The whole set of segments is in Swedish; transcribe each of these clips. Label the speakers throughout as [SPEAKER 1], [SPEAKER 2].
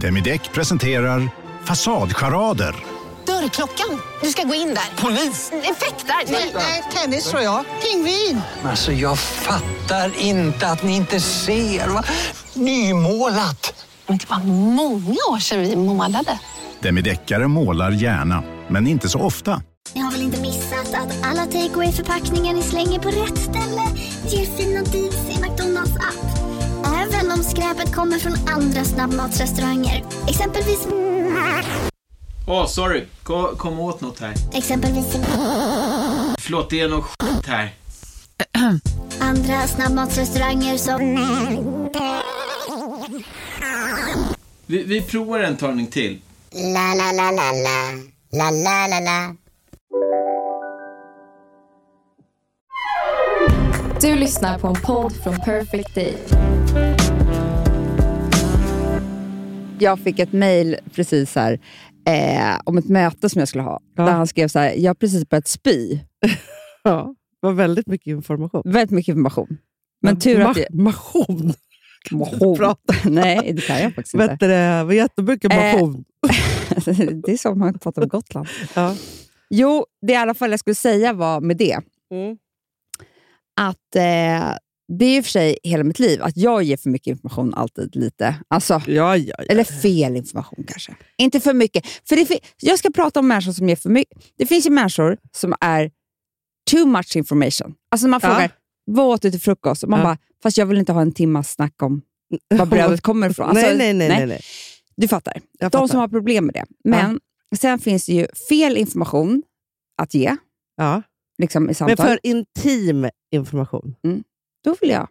[SPEAKER 1] Demideck presenterar Fasadcharader.
[SPEAKER 2] Dörrklockan. Du ska gå in där. Polis? Effektar? Nej, nej, tennis tror jag. Pingvin.
[SPEAKER 3] Alltså jag fattar inte att ni inte ser. Va? Nymålat!
[SPEAKER 2] Men det var många år sedan vi målade.
[SPEAKER 1] Demideckare målar gärna, men inte så ofta.
[SPEAKER 4] Ni har väl inte missat att alla takeaway förpackningar ni slänger på rätt ställe ger fina deals i McDonalds app. Även om skräpet kommer från andra snabbmatsrestauranger. Exempelvis...
[SPEAKER 5] Åh, sorry. Kom, kom åt något här.
[SPEAKER 4] Exempelvis...
[SPEAKER 5] Förlåt, det är något skit här.
[SPEAKER 4] Andra snabbmatsrestauranger som...
[SPEAKER 5] Vi, vi provar en talning till.
[SPEAKER 6] La la la la la. La la la la.
[SPEAKER 7] Du lyssnar på en podd från Perfect Day.
[SPEAKER 8] Jag fick ett mejl precis här, eh, om ett möte som jag skulle ha.
[SPEAKER 9] Ja.
[SPEAKER 8] Där han skrev så här, jag har precis börjat spy.
[SPEAKER 9] Ja, det var väldigt mycket information.
[SPEAKER 8] Väldigt mycket information. Men tur att jag...
[SPEAKER 9] Mation!
[SPEAKER 8] Motion.
[SPEAKER 9] prata.
[SPEAKER 8] Nej, det kan jag faktiskt
[SPEAKER 9] Vet
[SPEAKER 8] inte.
[SPEAKER 9] du det var jättemycket
[SPEAKER 8] Eh.
[SPEAKER 9] mation.
[SPEAKER 8] det är som man pratar om Gotland.
[SPEAKER 9] Ja.
[SPEAKER 8] Jo, det i alla fall jag skulle säga var med det.
[SPEAKER 9] Mm.
[SPEAKER 8] Att eh, Det är i och för sig hela mitt liv att jag ger för mycket information alltid lite. Alltså,
[SPEAKER 9] Ja, ja, ja.
[SPEAKER 8] Eller fel information kanske. Inte för mycket. För det, fi- jag ska prata om människor som ger för mycket. Det finns ju människor som är too much information. Alltså när man
[SPEAKER 9] Ja.
[SPEAKER 8] frågar, vad åt du till frukost? Och man
[SPEAKER 9] Ja.
[SPEAKER 8] bara, fast jag vill inte ha en timmas snack om var brödet kommer ifrån. Alltså,
[SPEAKER 9] nej, nej, nej, nej. nej.
[SPEAKER 8] Du fattar.
[SPEAKER 9] Jag
[SPEAKER 8] De
[SPEAKER 9] fattar.
[SPEAKER 8] som har problem med det. Men sen finns det ju fel information att ge
[SPEAKER 9] ja.
[SPEAKER 8] liksom i
[SPEAKER 9] Men
[SPEAKER 8] samtal.
[SPEAKER 9] för intim information?
[SPEAKER 8] Då vill jag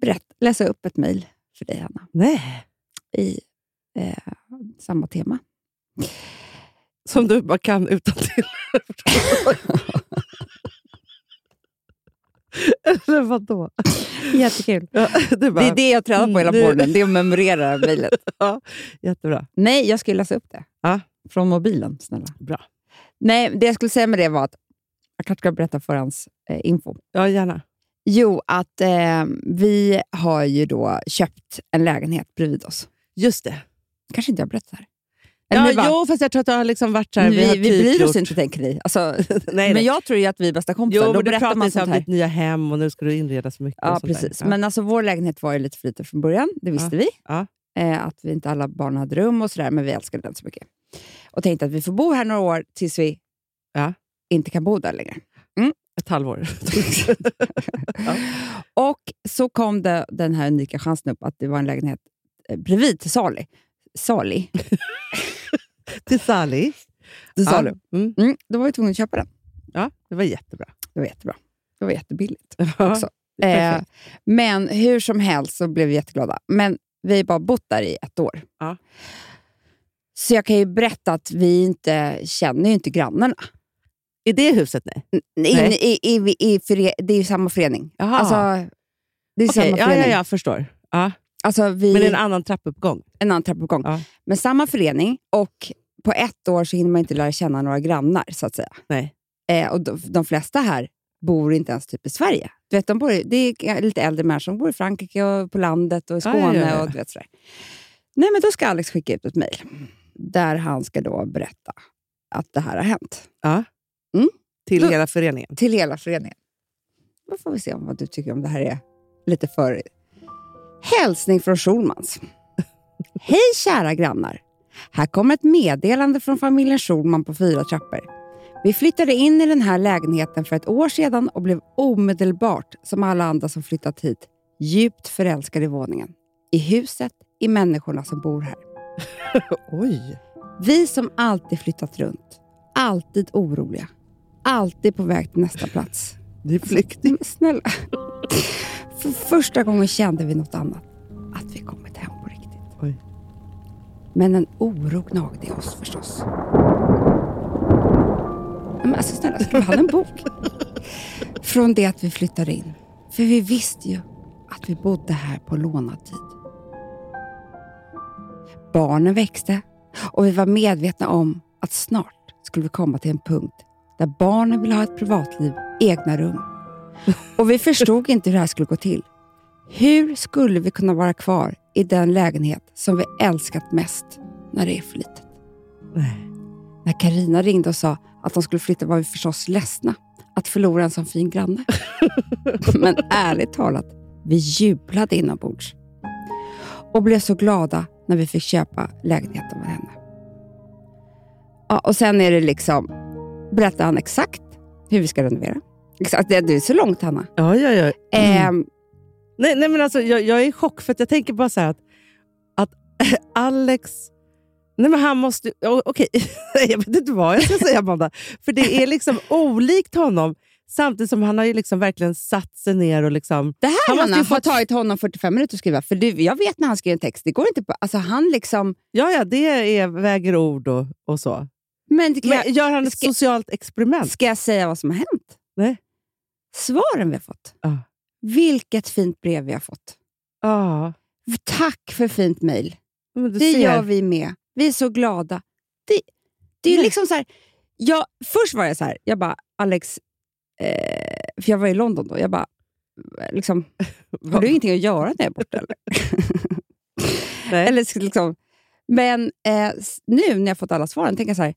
[SPEAKER 8] berätta, läsa upp ett mejl för dig, Hanna.
[SPEAKER 9] Nej.
[SPEAKER 8] i eh, samma tema.
[SPEAKER 9] Som du bara kan utan till. Eller vadå?
[SPEAKER 8] Jättekul.
[SPEAKER 9] Ja, du bara,
[SPEAKER 8] Det är det jag tränar på hela
[SPEAKER 9] Mm, det-
[SPEAKER 8] morgonen, det är att memorera mejlet.
[SPEAKER 9] Jättebra.
[SPEAKER 8] Nej, jag ska ju läsa upp det.
[SPEAKER 9] Ja.
[SPEAKER 8] Från mobilen, snälla.
[SPEAKER 9] Bra.
[SPEAKER 8] Nej, det jag skulle säga med det var att, jag kanske ska berätta för hans eh, info.
[SPEAKER 9] Ja, gärna.
[SPEAKER 8] Jo, att eh, vi har ju då köpt en lägenhet bredvid oss.
[SPEAKER 9] Just det.
[SPEAKER 8] kanske inte jag berättar det här. Eller
[SPEAKER 9] Ja,
[SPEAKER 8] vi bara,
[SPEAKER 9] jo, fast jag tror att det har liksom varit så här,
[SPEAKER 8] vi,
[SPEAKER 9] har
[SPEAKER 8] vi,
[SPEAKER 9] typ
[SPEAKER 8] bryr oss
[SPEAKER 9] gjort-
[SPEAKER 8] inte, tänker ni. Alltså,
[SPEAKER 9] nej,
[SPEAKER 8] men
[SPEAKER 9] nej.
[SPEAKER 8] jag tror ju att vi är bästa kompisar.
[SPEAKER 9] Jo,
[SPEAKER 8] då
[SPEAKER 9] men du
[SPEAKER 8] berättar
[SPEAKER 9] pratar
[SPEAKER 8] man
[SPEAKER 9] inte
[SPEAKER 8] sånt
[SPEAKER 9] om
[SPEAKER 8] här.
[SPEAKER 9] ditt nya hem och nu ska du inreda så mycket.
[SPEAKER 8] Ja,
[SPEAKER 9] och sånt där.
[SPEAKER 8] precis.
[SPEAKER 9] Ja.
[SPEAKER 8] Men alltså, vår lägenhet var ju lite för liten från början. Det visste vi.
[SPEAKER 9] Ja.
[SPEAKER 8] Eh, att vi inte alla barn hade rum och sådär, men vi älskade den så mycket. Och tänkte att vi får bo här några år tills vi
[SPEAKER 9] Ja.
[SPEAKER 8] inte kan bo där längre.
[SPEAKER 9] Ett halvår.
[SPEAKER 8] Och så kom det, den här unika chansen upp att det var en lägenhet eh, bredvid till salu. Salu?
[SPEAKER 9] Till Sally.
[SPEAKER 8] Till salu.
[SPEAKER 9] Ja. Mm.
[SPEAKER 8] Mm, då var vi tvungna att köpa den.
[SPEAKER 9] ja, det var jättebra.
[SPEAKER 8] Det var jättebra. Det var jättebilligt.
[SPEAKER 9] Ja.
[SPEAKER 8] Också. Eh, men hur som helst så blev vi jätteglada. Men vi har bara bott där i ett år.
[SPEAKER 9] Ja.
[SPEAKER 8] Så jag kan ju berätta att vi inte känner ju inte grannarna.
[SPEAKER 9] I det huset, nej?
[SPEAKER 8] Nej.
[SPEAKER 9] Nej.
[SPEAKER 8] I, i, i, i före, det är ju samma förening.
[SPEAKER 9] Jaha.
[SPEAKER 8] Alltså, det är
[SPEAKER 9] Okej,
[SPEAKER 8] samma
[SPEAKER 9] ja, ja,
[SPEAKER 8] förening.
[SPEAKER 9] ja, jag förstår. Ja.
[SPEAKER 8] Alltså, vi,
[SPEAKER 9] Men det är
[SPEAKER 8] en,
[SPEAKER 9] en annan trappuppgång.
[SPEAKER 8] annan trappuppgång.
[SPEAKER 9] Ja.
[SPEAKER 8] Men samma förening och på ett år så hinner man inte lära känna några grannar, så att säga.
[SPEAKER 9] Nej.
[SPEAKER 8] Eh, och de, de flesta här bor inte ens typ i Sverige. Du vet, de bor, i- det är lite äldre människor som bor i Frankrike, och på landet och i
[SPEAKER 9] Ja,
[SPEAKER 8] Skåne.
[SPEAKER 9] ja, ja, ja.
[SPEAKER 8] Och, du vet, sådär. Nej, men då ska Alex skicka ut ett mejl där han ska då berätta att det här har hänt.
[SPEAKER 9] Ja.
[SPEAKER 8] Mm.
[SPEAKER 9] Till
[SPEAKER 8] Då-
[SPEAKER 9] hela föreningen.
[SPEAKER 8] Till hela föreningen. Då får vi se om vad du tycker om det här är lite för... Hälsning från Schulmans. Hej kära grannar! Här kommer ett meddelande från familjen Schulman på fyra trappor. Vi flyttade in i den här lägenheten för ett år sedan och blev omedelbart, som alla andra som flyttat hit, djupt förälskade i våningen, i huset, i människorna som bor här.
[SPEAKER 9] Oj.
[SPEAKER 8] Vi som alltid flyttat runt, alltid oroliga, alltid på väg till nästa plats.
[SPEAKER 9] Det är flykting.
[SPEAKER 8] Nej, men snälla. För första gången kände vi något annat. Att vi kommit hem på riktigt.
[SPEAKER 9] Oj.
[SPEAKER 8] Men en oro gnagde i oss förstås. Nej, Men alltså snälla, skrev han en bok? Från det att vi flyttade in. För vi visste ju att vi bodde här på lånad tid. Barnen växte och vi var medvetna om att snart skulle vi komma till en punkt där barnen ville ha ett privatliv, egna rum. Och vi förstod inte hur det här skulle gå till. Hur skulle vi kunna vara kvar i den lägenhet som vi älskat mest när det är för litet.
[SPEAKER 9] Nej.
[SPEAKER 8] När Karina ringde och sa att de skulle flytta var vi förstås ledsna att förlora en sån fin granne. Men ärligt talat, vi jublade inombords och blev så glada när vi fick köpa lägenheten av henne. Ja, och sen är det liksom, berättar han exakt hur vi ska renovera. Exakt, det det är så långt Hanna.
[SPEAKER 9] Ja, ja, ja. Mm.
[SPEAKER 8] Ehm,
[SPEAKER 9] Nej, nej men alltså, jag, jag är i chock, för att jag tänker bara så här att, att Alex... Nej, men han måste... o- Okej, jag vet inte vad jag ska säga, Amanda. För det är liksom olikt honom, samtidigt som han har ju liksom verkligen satt sig ner och liksom...
[SPEAKER 8] det här
[SPEAKER 9] Han måste
[SPEAKER 8] Hanna,
[SPEAKER 9] ju
[SPEAKER 8] har
[SPEAKER 9] fått-
[SPEAKER 8] tagit honom 45 minuter att skriva. För du, jag vet när han skrev en text, det går inte på... Alltså han liksom...
[SPEAKER 9] Ja, ja, det är, väger ord och, och så.
[SPEAKER 8] Men, det kan
[SPEAKER 9] Men gör han ett
[SPEAKER 8] ska-
[SPEAKER 9] socialt
[SPEAKER 8] jag,
[SPEAKER 9] experiment?
[SPEAKER 8] ska jag säga vad som har hänt?
[SPEAKER 9] Nej.
[SPEAKER 8] Svaren vi har fått.
[SPEAKER 9] Ja.
[SPEAKER 8] Vilket fint brev vi har fått.
[SPEAKER 9] Ja.
[SPEAKER 8] Tack för fint mejl.
[SPEAKER 9] men du
[SPEAKER 8] Det
[SPEAKER 9] ser.
[SPEAKER 8] gör vi med. Vi är så glada. Det, det är ju
[SPEAKER 9] Nej.
[SPEAKER 8] liksom så här, jag, först var jag så här, jag bara, Alex, eh, för jag var i London då, jag bara, liksom, har du ingenting att göra när jag är borta? Eller,
[SPEAKER 9] Nej.
[SPEAKER 8] eller så liksom, men eh, s- nu när jag fått alla svaren tänker jag så här,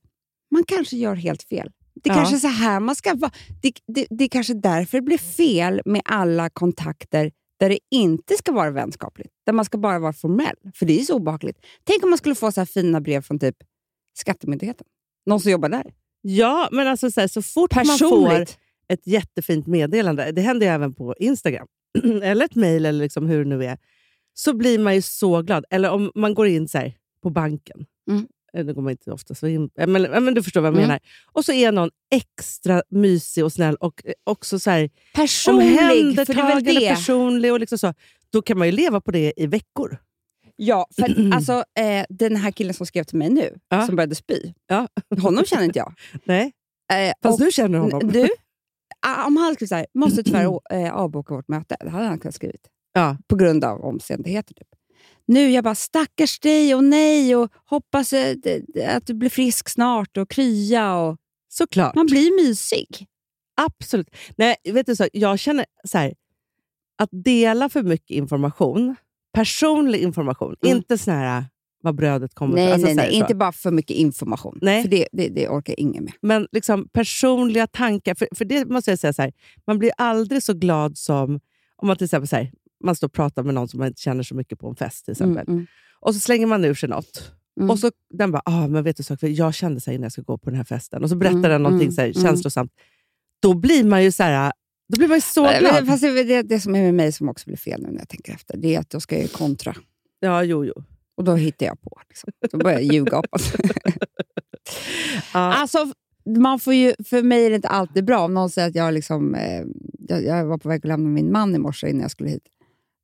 [SPEAKER 8] man kanske gör helt fel. Det
[SPEAKER 9] Ja.
[SPEAKER 8] kanske är så här man ska vara. Det, det, det är kanske därför det blir fel med alla kontakter där det inte ska vara vänskapligt. Där man ska bara vara formell, för det är ju så obehagligt. Tänk om man skulle få så här fina brev från typ Skattemyndigheten. Någon som jobbar där.
[SPEAKER 9] Ja, men alltså så, här, så fort man får
[SPEAKER 8] Personligt.
[SPEAKER 9] ett jättefint meddelande, det händer ju även på Instagram, eller ett mejl eller liksom hur det nu är, så blir man ju så glad. Eller om man går in så här, på banken,
[SPEAKER 8] Mm.
[SPEAKER 9] Eh, det går man inte ofta så in, eh, men, eh, men du förstår vad jag
[SPEAKER 8] Mm.
[SPEAKER 9] menar. Och så är någon extra mysig och snäll och eh, också så här,
[SPEAKER 8] Personlig, för det är väl
[SPEAKER 9] omhändertagande,
[SPEAKER 8] det.
[SPEAKER 9] personlig. Och liksom så. Då kan man ju leva på det i veckor.
[SPEAKER 8] Ja, för att, alltså, eh, den här killen som skrev till mig nu,
[SPEAKER 9] Ja.
[SPEAKER 8] som började spy,
[SPEAKER 9] Ja.
[SPEAKER 8] honom känner inte jag.
[SPEAKER 9] Nej,
[SPEAKER 8] Eh,
[SPEAKER 9] fast
[SPEAKER 8] och-
[SPEAKER 9] du känner honom.
[SPEAKER 8] Du, ah, om han skulle säga måste tyvärr å- eh, avboka vårt möte, det hade han kunnat skrivit.
[SPEAKER 9] Mm. Ja.
[SPEAKER 8] På grund av omständigheter. Typ. Nu jag bara, stackars dig och nej och hoppas eh, d- d- att du blir frisk snart och krya. Och...
[SPEAKER 9] Såklart.
[SPEAKER 8] Man blir mysig.
[SPEAKER 9] Absolut. Nej, vet du så, jag känner så här, att dela för mycket information, personlig information,
[SPEAKER 8] Mm.
[SPEAKER 9] inte sån här äh, vad brödet kommer
[SPEAKER 8] Nej,
[SPEAKER 9] alltså
[SPEAKER 8] nej,
[SPEAKER 9] så här
[SPEAKER 8] nej.
[SPEAKER 9] så.
[SPEAKER 8] Inte bara för mycket information.
[SPEAKER 9] Nej.
[SPEAKER 8] För det, det, det orkar ingen med.
[SPEAKER 9] Men liksom personliga tankar, för, för det måste jag säga så här, man blir aldrig så glad som om man till exempel så här, man står och pratar med någon som man inte känner så mycket på en fest till exempel.
[SPEAKER 8] Mm, mm,
[SPEAKER 9] Och så slänger man ur sig något.
[SPEAKER 8] mm.
[SPEAKER 9] Och så den bara, ah, men vet du saker, jag kände så här innan jag ska gå på den här festen. Och så berättar
[SPEAKER 8] Mm,
[SPEAKER 9] den någonting
[SPEAKER 8] mm,
[SPEAKER 9] så här,
[SPEAKER 8] mm.
[SPEAKER 9] känslosamt. Då blir man ju så här, då blir man ju så
[SPEAKER 8] Men-
[SPEAKER 9] glad.
[SPEAKER 8] men, fast det, är det, det som är med mig som också blir fel nu när jag tänker efter, det är att då ska jag ju kontra.
[SPEAKER 9] Ja, jo, jo.
[SPEAKER 8] Och då hittar jag på. Liksom. Då börjar jag ljuga upp. Alltså.
[SPEAKER 9] Ja.
[SPEAKER 8] Alltså, man får ju, för mig är det inte alltid bra. Om någon säger att jag, liksom, eh, jag, jag var på väg att lämna min man i morse innan jag skulle hit.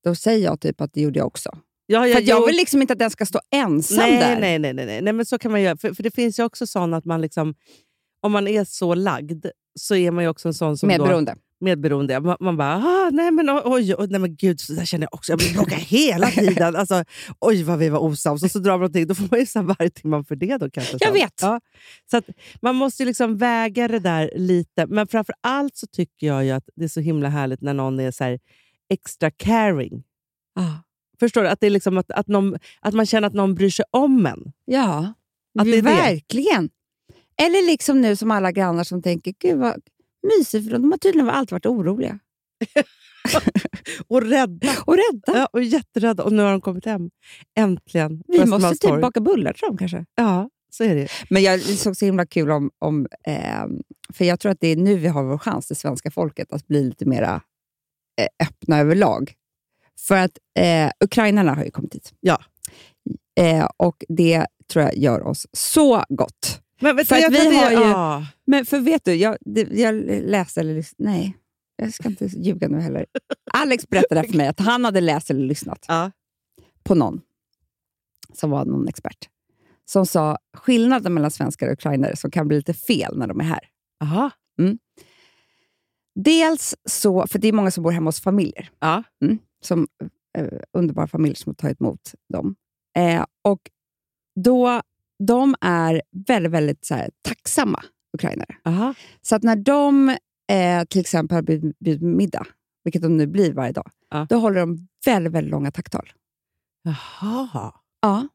[SPEAKER 8] Då säger jag typ att det gjorde jag också.
[SPEAKER 9] Ja,
[SPEAKER 8] För
[SPEAKER 9] ja,
[SPEAKER 8] att jag
[SPEAKER 9] jo.
[SPEAKER 8] vill liksom inte att den ska stå ensam
[SPEAKER 9] nej,
[SPEAKER 8] där.
[SPEAKER 9] Nej, nej, nej, nej. nej men så kan man göra. För, för det finns ju också sån att man liksom, om man är så lagd så är man ju också en sån som då,
[SPEAKER 8] Medberoende.
[SPEAKER 9] medberoende. ja. Man, man bara, ah, nej men o- oj, oj, nej men gud, så där känner jag också. Jag blir bråkad hela tiden. Alltså, oj vad vi var osams. Och så drar man någonting. Då får man ju så här varje timme för det då kanske.
[SPEAKER 8] Jag
[SPEAKER 9] sen.
[SPEAKER 8] vet.
[SPEAKER 9] Ja. Så att man måste ju liksom väga det där lite. Men framför allt så tycker jag ju att det är så himla härligt när någon är så här extra caring.
[SPEAKER 8] Ah.
[SPEAKER 9] Förstår du? Att, det är liksom att, att, någon, att man känner att någon bryr sig om en.
[SPEAKER 8] Ja,
[SPEAKER 9] Att det är det.
[SPEAKER 8] verkligen. Eller liksom nu som alla grannar som tänker, gud vad mysigt för dem. De har tydligen alltid varit oroliga
[SPEAKER 9] Och rädda.
[SPEAKER 8] och rädda.
[SPEAKER 9] Ja, och jätterädda. Och nu har de kommit hem. Äntligen. på
[SPEAKER 8] Vi måste
[SPEAKER 9] Östermalmstorg.
[SPEAKER 8] typ baka bullar till dem kanske.
[SPEAKER 9] Ja, så är det ju.
[SPEAKER 8] Men jag det såg så himla kul om... om ehm, för jag tror att det är nu vi har vår chans, det svenska folket, att bli lite mera eh, öppna överlag. För att eh, ukrainarna har ju kommit hit.
[SPEAKER 9] Ja.
[SPEAKER 8] Eh, och det tror jag gör oss så gott.
[SPEAKER 9] Men vet
[SPEAKER 8] För
[SPEAKER 9] du,
[SPEAKER 8] att
[SPEAKER 9] jag
[SPEAKER 8] vi
[SPEAKER 9] tror det-
[SPEAKER 8] har ju-
[SPEAKER 9] ja.
[SPEAKER 8] Men för vet du, jag, det, jag läste eller lyssnade... Nej, jag ska inte ljuga nu heller. Alex berättade för mig att han hade läst eller lyssnat
[SPEAKER 9] Ja.
[SPEAKER 8] på någon som var någon expert som sa skillnaden mellan svenskar och ukrainare som kan bli lite fel när de är här. Mm.
[SPEAKER 9] Aha.
[SPEAKER 8] Dels så, för det är många som bor hemma hos familjer.
[SPEAKER 9] Ja.
[SPEAKER 8] Mm, som eh, Underbara familjer som har tagit emot dem. Eh, och då, De är väldigt, väldigt så här, tacksamma ukrainare.
[SPEAKER 9] Aha.
[SPEAKER 8] Så att när de eh, till exempel har bjud- bjudit middag, vilket de nu blir varje dag,
[SPEAKER 9] Ja.
[SPEAKER 8] då håller de väldigt, väldigt långa tacktal.
[SPEAKER 9] Jaha.
[SPEAKER 8] Ja.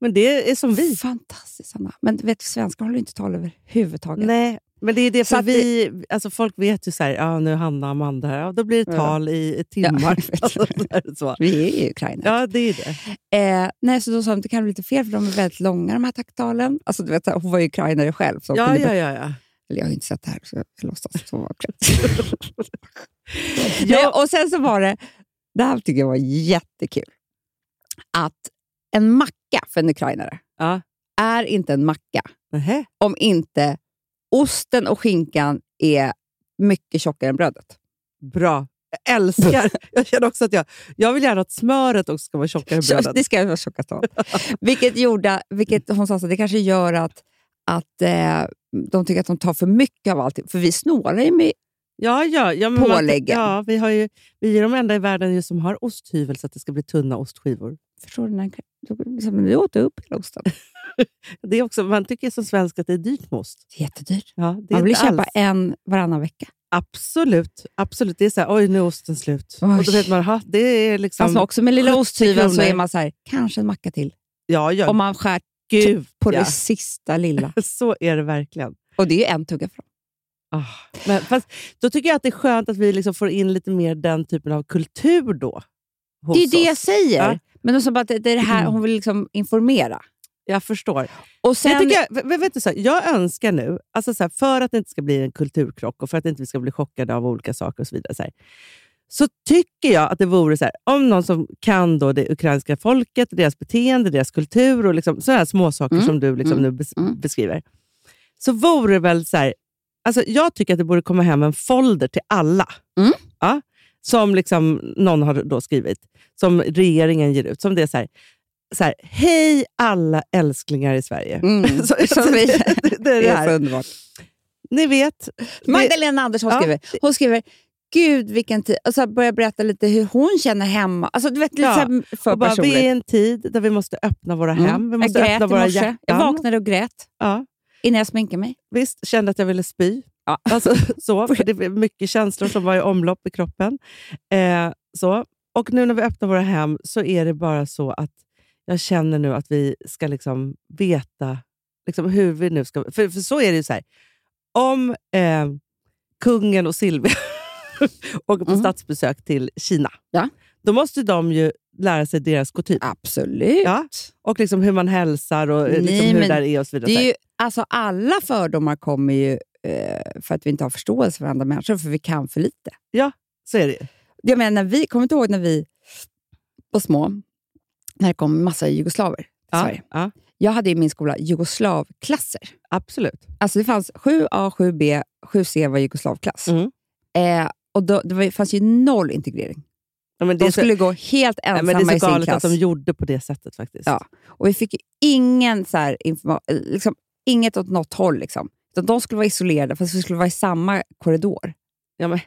[SPEAKER 9] Men det är som vi.
[SPEAKER 8] Fantastiskt, Anna. Men du vet, svenskar håller ju inte tal överhuvudtaget.
[SPEAKER 9] Nej, men det är det
[SPEAKER 8] Så
[SPEAKER 9] för
[SPEAKER 8] att det-
[SPEAKER 9] vi, alltså folk vet ju så här, ja nu är Hanna och Amanda här, ja, då blir det
[SPEAKER 8] Ja.
[SPEAKER 9] tal i timmar.
[SPEAKER 8] Ja, jag
[SPEAKER 9] alltså,
[SPEAKER 8] vet.
[SPEAKER 9] så här, så.
[SPEAKER 8] Vi är ju i Ukraina.
[SPEAKER 9] ja det är det.
[SPEAKER 8] Eh, nej, så då sa de att det kan bli lite fel, för de är väldigt långa, de här tacktalen. Alltså, du vet, så här, hon var ju ukrainare själv. Så hon
[SPEAKER 9] Ja,
[SPEAKER 8] kunde
[SPEAKER 9] ja, ja, ja.
[SPEAKER 8] Eller jag har ju inte sett det här, så jag låtsas att hon var klippt. Nej, Och sen så var det, det här tycker jag var jättekul, att en macka för en ukrainare
[SPEAKER 9] Ja.
[SPEAKER 8] är inte en macka
[SPEAKER 9] Nähä.
[SPEAKER 8] om inte osten och skinkan är mycket tjockare än brödet.
[SPEAKER 9] Bra. Jag älskar. Jag känner också att jag, jag vill gärna att smöret också ska vara tjockare än
[SPEAKER 8] Så,
[SPEAKER 9] brödet.
[SPEAKER 8] det ska jag vara tjockast av. Vilket, gjorde, vilket hon sa, så, här, det kanske gör att, att eh, de tycker att de tar för mycket av allting. För vi snålar ju med...
[SPEAKER 9] Ja, ja, ja, men man-
[SPEAKER 8] Påläggen.
[SPEAKER 9] Ja, vi, har ju, vi är de enda i världen ju som har osthyvel så att det ska bli tunna ostskivor.
[SPEAKER 8] Förstår du? När, liksom, du åt upp hela osten.
[SPEAKER 9] Det är också, man tycker som svensk att det är dyrt med ost.
[SPEAKER 8] Jättedyrt.
[SPEAKER 9] Ja, det är
[SPEAKER 8] Man vill
[SPEAKER 9] inte
[SPEAKER 8] köpa
[SPEAKER 9] alls-
[SPEAKER 8] en varannan vecka.
[SPEAKER 9] Absolut. absolut. Det är så här, oj nu är osten slut.
[SPEAKER 8] Oj.
[SPEAKER 9] Och då vet man, ha, det är liksom...
[SPEAKER 8] Fast Alltså också med lilla
[SPEAKER 9] 70
[SPEAKER 8] osthyveln så
[SPEAKER 9] kronor.
[SPEAKER 8] är man så här, kanske en macka till.
[SPEAKER 9] ja, ja,
[SPEAKER 8] Om man skär typ
[SPEAKER 9] gud
[SPEAKER 8] på
[SPEAKER 9] ja.
[SPEAKER 8] det sista lilla.
[SPEAKER 9] Så är det verkligen.
[SPEAKER 8] Och det är ju en tugga fram.
[SPEAKER 9] Ah, Men, fast, då tycker jag att det är skönt att vi liksom får in lite mer den typen av kultur då. Hos
[SPEAKER 8] Det är ju det jag
[SPEAKER 9] oss.
[SPEAKER 8] säger.
[SPEAKER 9] Ja.
[SPEAKER 8] Men hon sa bara att det det är det här hon vill liksom informera.
[SPEAKER 9] Jag förstår.
[SPEAKER 8] Och sen,
[SPEAKER 9] jag, tycker, jag- men vet du, så här, jag önskar nu, alltså så här, för att det inte ska bli en kulturkrock och för att inte vi ska bli chockade av olika saker och så vidare, så, här, så tycker jag att det vore så här, om någon som kan då det ukrainska folket, deras beteende, deras kultur och liksom, sådana här småsaker
[SPEAKER 8] Mm,
[SPEAKER 9] som du liksom
[SPEAKER 8] mm,
[SPEAKER 9] nu bes-
[SPEAKER 8] mm.
[SPEAKER 9] beskriver. Så vore det väl så här, alltså jag tycker att det borde komma hem en folder till alla.
[SPEAKER 8] Mm.
[SPEAKER 9] Ja, som liksom någon har då skrivit, som regeringen ger ut. Som det är så här, så här, hej alla älsklingar i Sverige.
[SPEAKER 8] Mm.
[SPEAKER 9] Så-
[SPEAKER 8] Som vi-
[SPEAKER 9] det, det, det är
[SPEAKER 8] det
[SPEAKER 9] det
[SPEAKER 8] är så
[SPEAKER 9] här.
[SPEAKER 8] underbart.
[SPEAKER 9] Ni vet. Det,
[SPEAKER 8] Magdalena Andersson
[SPEAKER 9] Ja.
[SPEAKER 8] skriver, hon skriver Gud vilken tid. Och så här börjar jag berätta lite hur hon känner hemma. Alltså du vet, lite
[SPEAKER 9] Ja.
[SPEAKER 8] så här för
[SPEAKER 9] och bara, vi
[SPEAKER 8] personligt. Mm.
[SPEAKER 9] är i en tid där vi måste öppna våra hem. Vi
[SPEAKER 8] Jag
[SPEAKER 9] måste
[SPEAKER 8] grät
[SPEAKER 9] öppna
[SPEAKER 8] i
[SPEAKER 9] våra
[SPEAKER 8] morse.
[SPEAKER 9] hjärtan.
[SPEAKER 8] Jag vaknade och grät
[SPEAKER 9] Ja,
[SPEAKER 8] innan jag sminkade mig.
[SPEAKER 9] visst, kände att jag ville spy.
[SPEAKER 8] Ja.
[SPEAKER 9] Alltså, så, för det var mycket känslor som var i omlopp i kroppen. Eh, så. Och nu när vi öppnar våra hem så är det bara så att jag känner nu att vi ska liksom veta liksom hur vi nu ska... För, för så är det ju så här. Om eh, kungen och Silvia åker på
[SPEAKER 8] Mm.
[SPEAKER 9] statsbesök till Kina,
[SPEAKER 8] Ja.
[SPEAKER 9] då måste de ju lära sig deras kutym.
[SPEAKER 8] Absolut.
[SPEAKER 9] Ja, och liksom hur man hälsar och eh,
[SPEAKER 8] Nej,
[SPEAKER 9] liksom hur det
[SPEAKER 8] men
[SPEAKER 9] där är och så vidare.
[SPEAKER 8] Det är ju, alltså alla fördomar kommer ju eh, för att vi inte har förståelse för andra människor, för vi kan för lite.
[SPEAKER 9] Så är det ju.
[SPEAKER 8] Jag menar, när vi, kommer du ihåg när vi var små, när det kom massa jugoslaver till
[SPEAKER 9] Ja,
[SPEAKER 8] Sverige?
[SPEAKER 9] ja,
[SPEAKER 8] Jag hade i min skola jugoslavklasser.
[SPEAKER 9] absolut.
[SPEAKER 8] Alltså det fanns 7A, 7B, 7C var jugoslavklass.
[SPEAKER 9] Mm.
[SPEAKER 8] Eh, och då, det var, fanns ju noll integrering.
[SPEAKER 9] Ja, men det, är
[SPEAKER 8] De
[SPEAKER 9] så,
[SPEAKER 8] skulle gå helt
[SPEAKER 9] nej,
[SPEAKER 8] ensamma
[SPEAKER 9] men det är
[SPEAKER 8] i
[SPEAKER 9] så
[SPEAKER 8] sin
[SPEAKER 9] galet att
[SPEAKER 8] klass.
[SPEAKER 9] de gjorde på det sättet faktiskt.
[SPEAKER 8] Ja. Och vi fick ju ingen så här informa- liksom, inget åt något håll. Liksom. Utan de skulle vara isolerade, fast vi skulle vara i samma korridor.
[SPEAKER 9] Ja, men,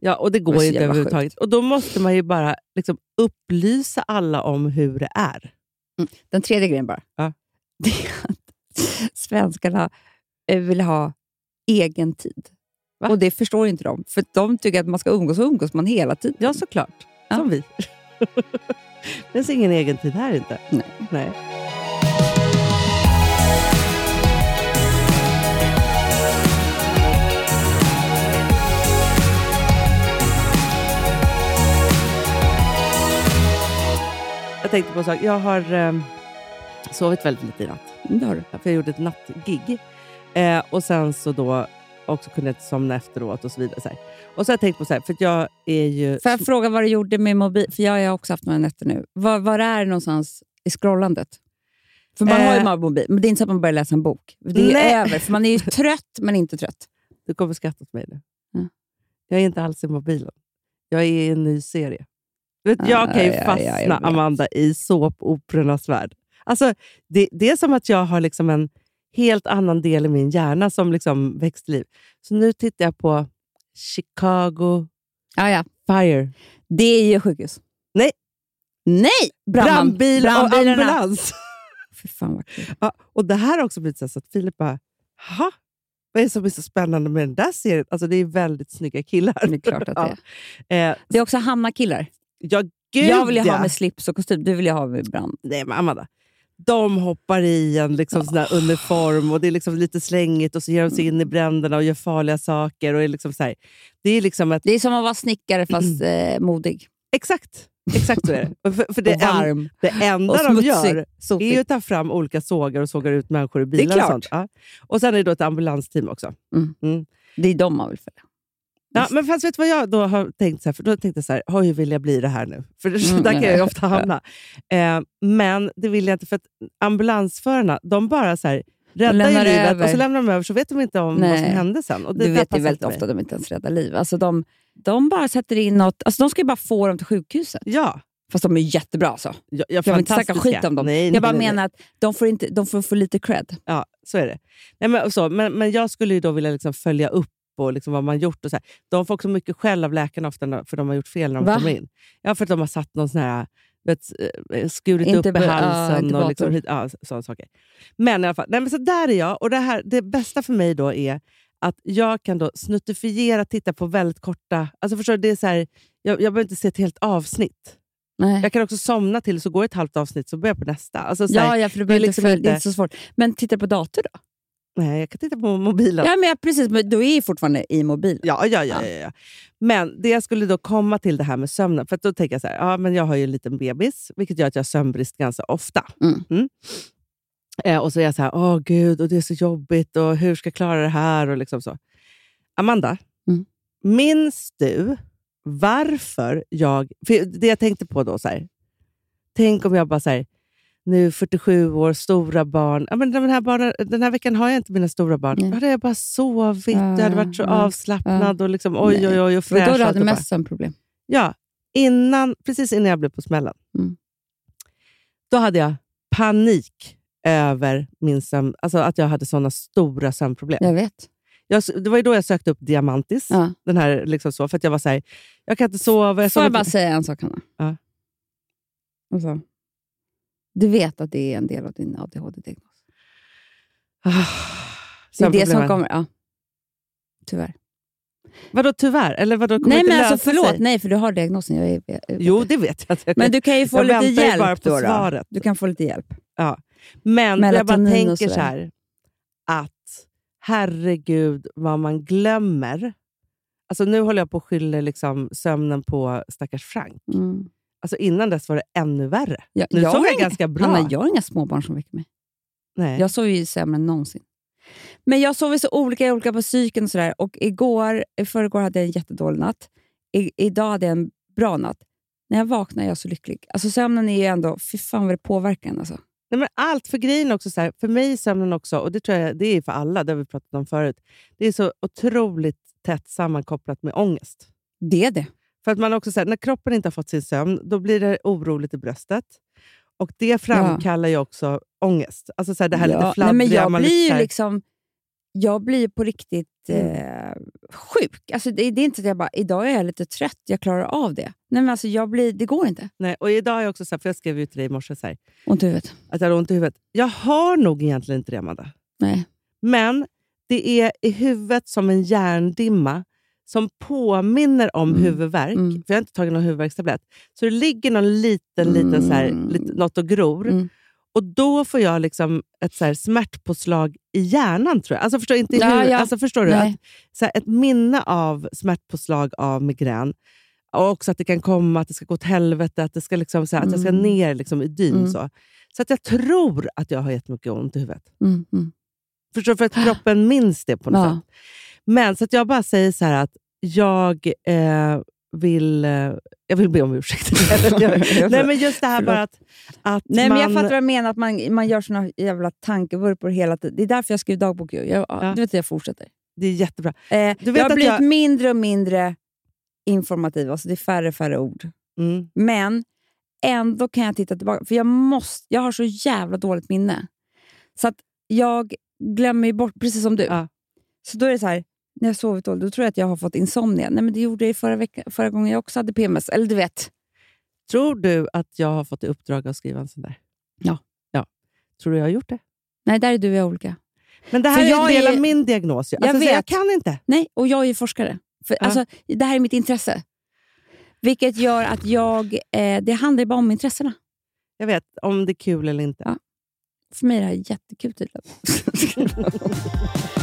[SPEAKER 9] ja, och det
[SPEAKER 8] var
[SPEAKER 9] går
[SPEAKER 8] så
[SPEAKER 9] ju inte
[SPEAKER 8] jävla sjukt.
[SPEAKER 9] överhuvudtaget. Och då måste man ju bara liksom, upplysa alla om hur det är.
[SPEAKER 8] Den tredje grejen bara.
[SPEAKER 9] Ja.
[SPEAKER 8] Det är att svenskarna eh, vill ha egen tid.
[SPEAKER 9] Va?
[SPEAKER 8] Och det förstår ju inte de. För de tycker att man ska umgås och umgås man hela tiden.
[SPEAKER 9] Ja, såklart.
[SPEAKER 8] Ja.
[SPEAKER 9] Som vi. det finns ingen egen tid här inte.
[SPEAKER 8] Nej.
[SPEAKER 9] Nej. Jag tänkte på en sak. Jag har eh, sovit väldigt lite i natt.
[SPEAKER 8] Mm, Det har du.
[SPEAKER 9] Ja, För jag gjorde ett nattgig. Eh, och sen så då också kunde jag inte somna efteråt och så vidare. Så här. Och så har jag tänkt på så här, för att jag är ju...
[SPEAKER 8] Får jag fråga vad du gjorde med mobil? För jag har ju också haft några nätter nu. Var, var är det någonstans i scrollandet? För man har ju
[SPEAKER 9] Eh.
[SPEAKER 8] bara mobil, men det är inte så att man börjar läsa en bok. Det är ju
[SPEAKER 9] Nej.
[SPEAKER 8] över, för man är ju trött men inte trött.
[SPEAKER 9] Du kommer skratta åt mig nu.
[SPEAKER 8] Mm.
[SPEAKER 9] Jag är inte alls i mobilen. Jag är i en ny serie. Du vet, jag kan ju
[SPEAKER 8] Ah, ja, ja,
[SPEAKER 9] fastna,
[SPEAKER 8] jag vet.
[SPEAKER 9] Amanda, i såpoperornas värld. Alltså, det, det är som att jag har liksom en helt annan del i min hjärna som liksom växt till liv. Så nu tittar jag på Chicago
[SPEAKER 8] Ja, ja.
[SPEAKER 9] Fire.
[SPEAKER 8] Det är ju sjukhus.
[SPEAKER 9] Nej.
[SPEAKER 8] Nej! Brandman.
[SPEAKER 9] Brandbil och
[SPEAKER 8] Brandbilarna.
[SPEAKER 9] ambulans.
[SPEAKER 8] Fy fan vad kul.
[SPEAKER 9] Ja, och det här har också blivit så här så att Filip bara, "Jaha, vad är det som är så spännande med den där serien? Alltså, det är väldigt snygga killar.
[SPEAKER 8] Det är klart att det är.
[SPEAKER 9] Ja. Eh,
[SPEAKER 8] Det är också Hanna-killar.
[SPEAKER 9] Ja, Gud,
[SPEAKER 8] jag vill ju ha
[SPEAKER 9] ja.
[SPEAKER 8] med slips och kostym, du vill ju ha med brand.
[SPEAKER 9] Nej, men Amanda. De hoppar i en liksom, sån här uniform och det är liksom lite slängigt och så ger de sig in i bränderna och gör farliga saker. Och är liksom så här. Det är liksom ett...
[SPEAKER 8] Det är som att vara snickare fast eh, modig
[SPEAKER 9] Exakt! Exakt så är det. Och För, för Mm. det,
[SPEAKER 8] och
[SPEAKER 9] en-
[SPEAKER 8] varm.
[SPEAKER 9] det enda
[SPEAKER 8] och
[SPEAKER 9] de
[SPEAKER 8] smutsig.
[SPEAKER 9] gör är ju
[SPEAKER 8] sotig.
[SPEAKER 9] att ta fram olika sågar och sågar ut människor i bilar.
[SPEAKER 8] klart.
[SPEAKER 9] Och, sånt. Ja. och sen är det då ett ambulansteam också.
[SPEAKER 8] Det är de man vill följa.
[SPEAKER 9] Ja, men fast vet du vad jag då har tänkt? Så här, för då tänkte jag så här, oj, vill jag bli det här nu? För det-
[SPEAKER 8] Mm,
[SPEAKER 9] där kan jag ju
[SPEAKER 8] ja.
[SPEAKER 9] ofta hamna. Eh, men det vill jag inte, för att ambulansförarna, de bara så här, räddar ju
[SPEAKER 8] lämnar
[SPEAKER 9] livet
[SPEAKER 8] över.
[SPEAKER 9] och så lämnar de över, så vet de inte om vad som
[SPEAKER 8] Nej.
[SPEAKER 9] hände sen. Och det
[SPEAKER 8] Du
[SPEAKER 9] där
[SPEAKER 8] vet
[SPEAKER 9] passar
[SPEAKER 8] ju väldigt
[SPEAKER 9] inte mig.
[SPEAKER 8] ofta att de inte ens räddar liv. Alltså de, de bara sätter in något, alltså de ska ju bara få dem till sjukhuset.
[SPEAKER 9] Ja,
[SPEAKER 8] Fast de är jättebra alltså.
[SPEAKER 9] ja, ja
[SPEAKER 8] Jag vill inte snacka
[SPEAKER 9] fantastiska.
[SPEAKER 8] skit om dem.
[SPEAKER 9] Nej, nej,
[SPEAKER 8] jag bara
[SPEAKER 9] nej, nej.
[SPEAKER 8] menar att de får, inte, de får för lite cred.
[SPEAKER 9] Ja, så är det. Nej, men, och så, men, men jag skulle ju då vilja liksom följa upp och liksom vad man gjort. Och så här. De får också mycket skäll av läkarna ofta när- för de har gjort fel när de
[SPEAKER 8] Va?
[SPEAKER 9] kommer in. Ja, för att de har satt någon sån här, vet, eh, skurit
[SPEAKER 8] Inte
[SPEAKER 9] upp i
[SPEAKER 8] be- ja,
[SPEAKER 9] halsen. och
[SPEAKER 8] intubator.
[SPEAKER 9] liksom, hit- ja, så- sådana saker. Men i alla fall, nej, men så där är jag. Och det, här, det bästa för mig då är att jag kan då snuttifiera, titta på väldigt korta... Alltså förstår du, det är så här, jag, jag behöver inte se ett helt avsnitt.
[SPEAKER 8] Nej.
[SPEAKER 9] Jag kan också somna till, så går ett halvt avsnitt så börjar jag på nästa. Alltså, så här,
[SPEAKER 8] Ja, ja, för det, blir
[SPEAKER 9] liksom
[SPEAKER 8] liksom inte...
[SPEAKER 9] inte-
[SPEAKER 8] det är inte så svårt. Men titta på dator då.
[SPEAKER 9] Nej, jag kan titta på mobilen.
[SPEAKER 8] Ja, men, ja, precis, men du är ju fortfarande i mobilen.
[SPEAKER 9] Ja, ja, ja,
[SPEAKER 8] Ja.
[SPEAKER 9] ja. ja. Men det jag skulle då komma till det här med sömnen. För att då tänker jag så här, ja, men jag har ju en liten bebis, vilket gör att jag har sömnbrist ganska ofta.
[SPEAKER 8] Mm.
[SPEAKER 9] Eh, och så är jag så här, åh gud, och det är så jobbigt och hur ska jag klara det här? Och liksom så. Amanda,
[SPEAKER 8] Mm.
[SPEAKER 9] minns du varför jag... För det jag tänkte på då, så här, tänk om jag bara så här, nu 47 år, stora barn. Ja, men den, här barnen, den här veckan har jag inte mina stora barn.
[SPEAKER 8] Nej.
[SPEAKER 9] Då hade jag bara sovit, jag hade varit så
[SPEAKER 8] Ah, ah,
[SPEAKER 9] avslappnad och liksom, oj,
[SPEAKER 8] Nej.
[SPEAKER 9] oj, oj, och
[SPEAKER 8] Det var
[SPEAKER 9] fräsch.
[SPEAKER 8] då
[SPEAKER 9] och
[SPEAKER 8] du hade
[SPEAKER 9] alltihopa.
[SPEAKER 8] mest sömnproblem.
[SPEAKER 9] Ja, innan, precis innan jag blev på smällen.
[SPEAKER 8] Mm.
[SPEAKER 9] Då hade jag panik över min sömn, alltså att jag hade såna stora sömnproblem.
[SPEAKER 8] Jag vet.
[SPEAKER 9] Jag, det var ju då jag sökte upp Diamantis,
[SPEAKER 8] Ja.
[SPEAKER 9] den här liksom så, för att jag var så här, jag kan inte sova. Jag
[SPEAKER 8] Får
[SPEAKER 9] sover
[SPEAKER 8] jag bara
[SPEAKER 9] på-
[SPEAKER 8] säga en sak, Hanna?
[SPEAKER 9] Ja.
[SPEAKER 8] Alltså, du vet att det är en del av din ADHD-diagnos.
[SPEAKER 9] Ah,
[SPEAKER 8] Det är det
[SPEAKER 9] sömnproblemen.
[SPEAKER 8] som kommer. Ja. Tyvärr.
[SPEAKER 9] Vadå tyvärr? Eller vadå, kommer
[SPEAKER 8] Nej,
[SPEAKER 9] inte
[SPEAKER 8] men alltså,
[SPEAKER 9] lösa
[SPEAKER 8] förlåt.
[SPEAKER 9] sig?
[SPEAKER 8] Nej, för du har diagnosen. Jag är, jag,
[SPEAKER 9] Jo, det vet jag. att jag
[SPEAKER 8] men
[SPEAKER 9] kan.
[SPEAKER 8] du kan ju få
[SPEAKER 9] jag
[SPEAKER 8] lite
[SPEAKER 9] väntar ju
[SPEAKER 8] hjälp
[SPEAKER 9] bara på
[SPEAKER 8] då, då.
[SPEAKER 9] svaret.
[SPEAKER 8] Du kan få lite hjälp.
[SPEAKER 9] Men jag bara
[SPEAKER 8] Melatonin och
[SPEAKER 9] tänker
[SPEAKER 8] sådär.
[SPEAKER 9] så här, att herregud vad man glömmer. Alltså nu håller jag på och skyller liksom sömnen på stackars Frank.
[SPEAKER 8] Mm.
[SPEAKER 9] Alltså innan dess var det ännu värre.
[SPEAKER 8] Ja,
[SPEAKER 9] Nu
[SPEAKER 8] jag
[SPEAKER 9] sov
[SPEAKER 8] har
[SPEAKER 9] jag
[SPEAKER 8] inga-
[SPEAKER 9] ganska bra.
[SPEAKER 8] Hanna, jag har inga småbarn som väcker mig.
[SPEAKER 9] Nej.
[SPEAKER 8] Jag sover ju sämre än någonsin. Men jag sover så olika, jag är olika på psyken och sådär. Och igår, i förrgår hade jag en jättedålig natt. I, idag hade jag en bra natt. När jag vaknar är jag så lycklig. Alltså sömnen är ju ändå, fy fan vad det påverkar en alltså.
[SPEAKER 9] Nej, men allt för grejen också, så här, för mig är sömnen också, och det tror jag det är för alla, det har vi pratat om förut, det är så otroligt tätt sammankopplat med ångest.
[SPEAKER 8] Det är det.
[SPEAKER 9] För att man också så här, när kroppen inte har fått sin sömn, då blir det oroligt i bröstet. Och det framkallar ju också ångest. Alltså så här, det här lite
[SPEAKER 8] nej,
[SPEAKER 9] fladdriga.
[SPEAKER 8] men jag
[SPEAKER 9] man
[SPEAKER 8] blir
[SPEAKER 9] lite så
[SPEAKER 8] ju
[SPEAKER 9] här- Mm.
[SPEAKER 8] liksom, jag blir ju på riktigt eh, sjuk. Alltså det, det är inte så att jag bara, idag är jag lite trött, jag klarar av det. Nej men alltså jag blir, det går inte.
[SPEAKER 9] Nej, och idag är jag också så här, för jag skrev ju till dig i morse så här,
[SPEAKER 8] Ont i huvudet.
[SPEAKER 9] att jag hade ont i huvudet. Jag har nog egentligen inte det, Amanda.
[SPEAKER 8] Nej.
[SPEAKER 9] Men det är i huvudet som en hjärndimma som påminner om
[SPEAKER 8] Mm.
[SPEAKER 9] huvudvärk.
[SPEAKER 8] Mm.
[SPEAKER 9] För jag har inte tagit någon huvudvärkstablett. Så det ligger någon liten, liten så här,
[SPEAKER 8] Mm.
[SPEAKER 9] lite, något och gror.
[SPEAKER 8] Mm.
[SPEAKER 9] Och då får jag liksom ett så här smärtpåslag i hjärnan, tror jag. Alltså förstår, inte i
[SPEAKER 8] Ja,
[SPEAKER 9] huvudet.
[SPEAKER 8] ja.
[SPEAKER 9] Alltså, förstår du?
[SPEAKER 8] Nej.
[SPEAKER 9] Att, så här, ett minne av smärtpåslag av migrän. Och också att det kan komma, att det ska gå åt helvete, att, det ska liksom, så här, att jag ska
[SPEAKER 8] Mm.
[SPEAKER 9] ner liksom, i dyn.
[SPEAKER 8] Mm.
[SPEAKER 9] Så, så att jag tror att jag har jättemycket ont i huvudet.
[SPEAKER 8] Mm, mm.
[SPEAKER 9] Förstår du? För att kroppen minns det på något
[SPEAKER 8] Ja.
[SPEAKER 9] sätt. Men så att jag bara säger så här att jag eh, vill eh, jag vill be om ursäkt. Nej, men just det här bara att, att
[SPEAKER 8] Nej,
[SPEAKER 9] man...
[SPEAKER 8] men jag fattar vad jag menar, att man, man gör såna jävla tankevurpor hela tiden. Det är därför jag skriver dagbok. ju. Jag,
[SPEAKER 9] Ja.
[SPEAKER 8] Du vet att jag fortsätter.
[SPEAKER 9] Det är jättebra.
[SPEAKER 8] Eh,
[SPEAKER 9] vet
[SPEAKER 8] jag har
[SPEAKER 9] att
[SPEAKER 8] blivit
[SPEAKER 9] jag-
[SPEAKER 8] mindre och mindre informativ, alltså det är färre färre ord.
[SPEAKER 9] Mm.
[SPEAKER 8] Men ändå kan jag titta tillbaka, för jag, måste, jag har så jävla dåligt minne. Så att jag glömmer ju bort, precis som du.
[SPEAKER 9] Ja.
[SPEAKER 8] Så då är det så här, när jag sovit dåligt, då tror jag att jag har fått insomnia. Nej, men det gjorde jag ju förra, vecka, förra gången jag också hade PMS. Eller du vet,
[SPEAKER 9] Tror du att jag har fått i uppdrag att skriva en sån där?
[SPEAKER 8] Ja.
[SPEAKER 9] ja. Tror du jag har gjort det?
[SPEAKER 8] nej där är du och jag olika.
[SPEAKER 9] Men det här
[SPEAKER 8] För
[SPEAKER 9] är
[SPEAKER 8] jag
[SPEAKER 9] en del
[SPEAKER 8] är-
[SPEAKER 9] av min diagnos. ju.
[SPEAKER 8] Jag
[SPEAKER 9] Alltså, så jag
[SPEAKER 8] vet.
[SPEAKER 9] kan inte.
[SPEAKER 8] Nej, och jag är ju forskare. För,
[SPEAKER 9] Ja.
[SPEAKER 8] alltså, det här är mitt intresse. Vilket gör att jag, eh, det handlar ju bara om intressena.
[SPEAKER 9] Jag vet, om det är kul eller inte.
[SPEAKER 8] För mig är det här jättekul tydligen.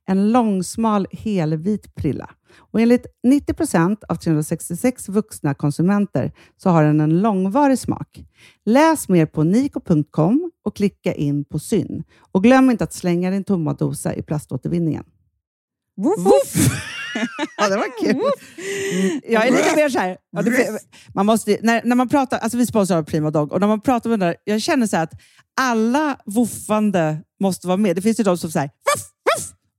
[SPEAKER 9] En långsmal helvit prilla. Och enligt 90 procent av 366 vuxna konsumenter så har den en långvarig smak. Läs mer på niko.com och klicka in på Syn. Och glöm inte att slänga din tomma dosa i plaståtervinningen.
[SPEAKER 8] Woof,
[SPEAKER 9] Ja, det var kul. Mm, Jag är lite mer så här. Ja, det, man måste, när, när man pratar, alltså vi sponsrar av Prima Dog och när man pratar med den där, jag känner så här att alla woffande måste vara med. Det finns ju de som säger voff, voff,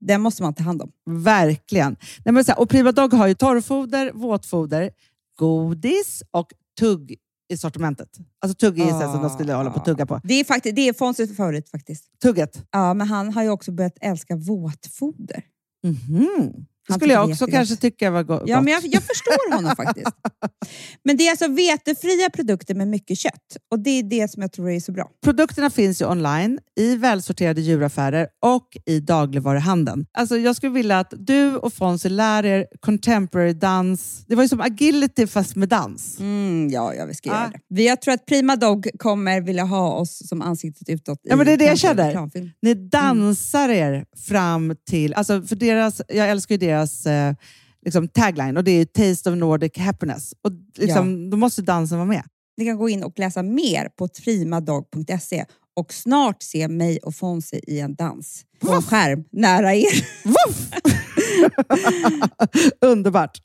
[SPEAKER 8] den måste man ta hand om.
[SPEAKER 9] verkligen. Nej, men så här, och Prima Dog har ju torrfoder, våtfoder, godis och tugg i sortimentet. Alltså tugg är ju sånt som de skulle hålla på att tugga på.
[SPEAKER 8] Det är, faktiskt, det är Fonzies favorit faktiskt.
[SPEAKER 9] Tugget.
[SPEAKER 8] Ja, men han har ju också börjat älska våtfoder.
[SPEAKER 9] Mhm. Det
[SPEAKER 8] Han
[SPEAKER 9] skulle jag
[SPEAKER 8] tycker det är
[SPEAKER 9] också
[SPEAKER 8] jättegott.
[SPEAKER 9] kanske tycka var go- gott.
[SPEAKER 8] Ja, men jag, jag förstår honom faktiskt. Men det är alltså vetefria produkter med mycket kött. Och det är det som jag tror är så bra.
[SPEAKER 9] Produkterna finns ju online, i välsorterade djuraffärer och i dagligvaruhandeln. Alltså, jag skulle vilja att du och Fonzie lär er contemporary dans. Det var ju som agility fast med dans.
[SPEAKER 8] Mm, ja, ja, vi ska
[SPEAKER 9] Ja.
[SPEAKER 8] göra det. Vi- Jag tror att Prima Dog kommer vilja ha oss som ansiktet utåt. i
[SPEAKER 9] Ja, men det är det jag
[SPEAKER 8] kanske en
[SPEAKER 9] känner.
[SPEAKER 8] reklamfilm.
[SPEAKER 9] Ni
[SPEAKER 10] Mm.
[SPEAKER 9] dansar er fram till... Alltså för deras, jag älskar ju deras eh, liksom tagline och det är ju Taste of Nordic Happiness. Och liksom, Då måste dansen vara med.
[SPEAKER 8] Ni kan gå in och läsa mer på trimadag.se och snart se mig och Fonzie i en dans på en skärm nära er.
[SPEAKER 9] Underbart!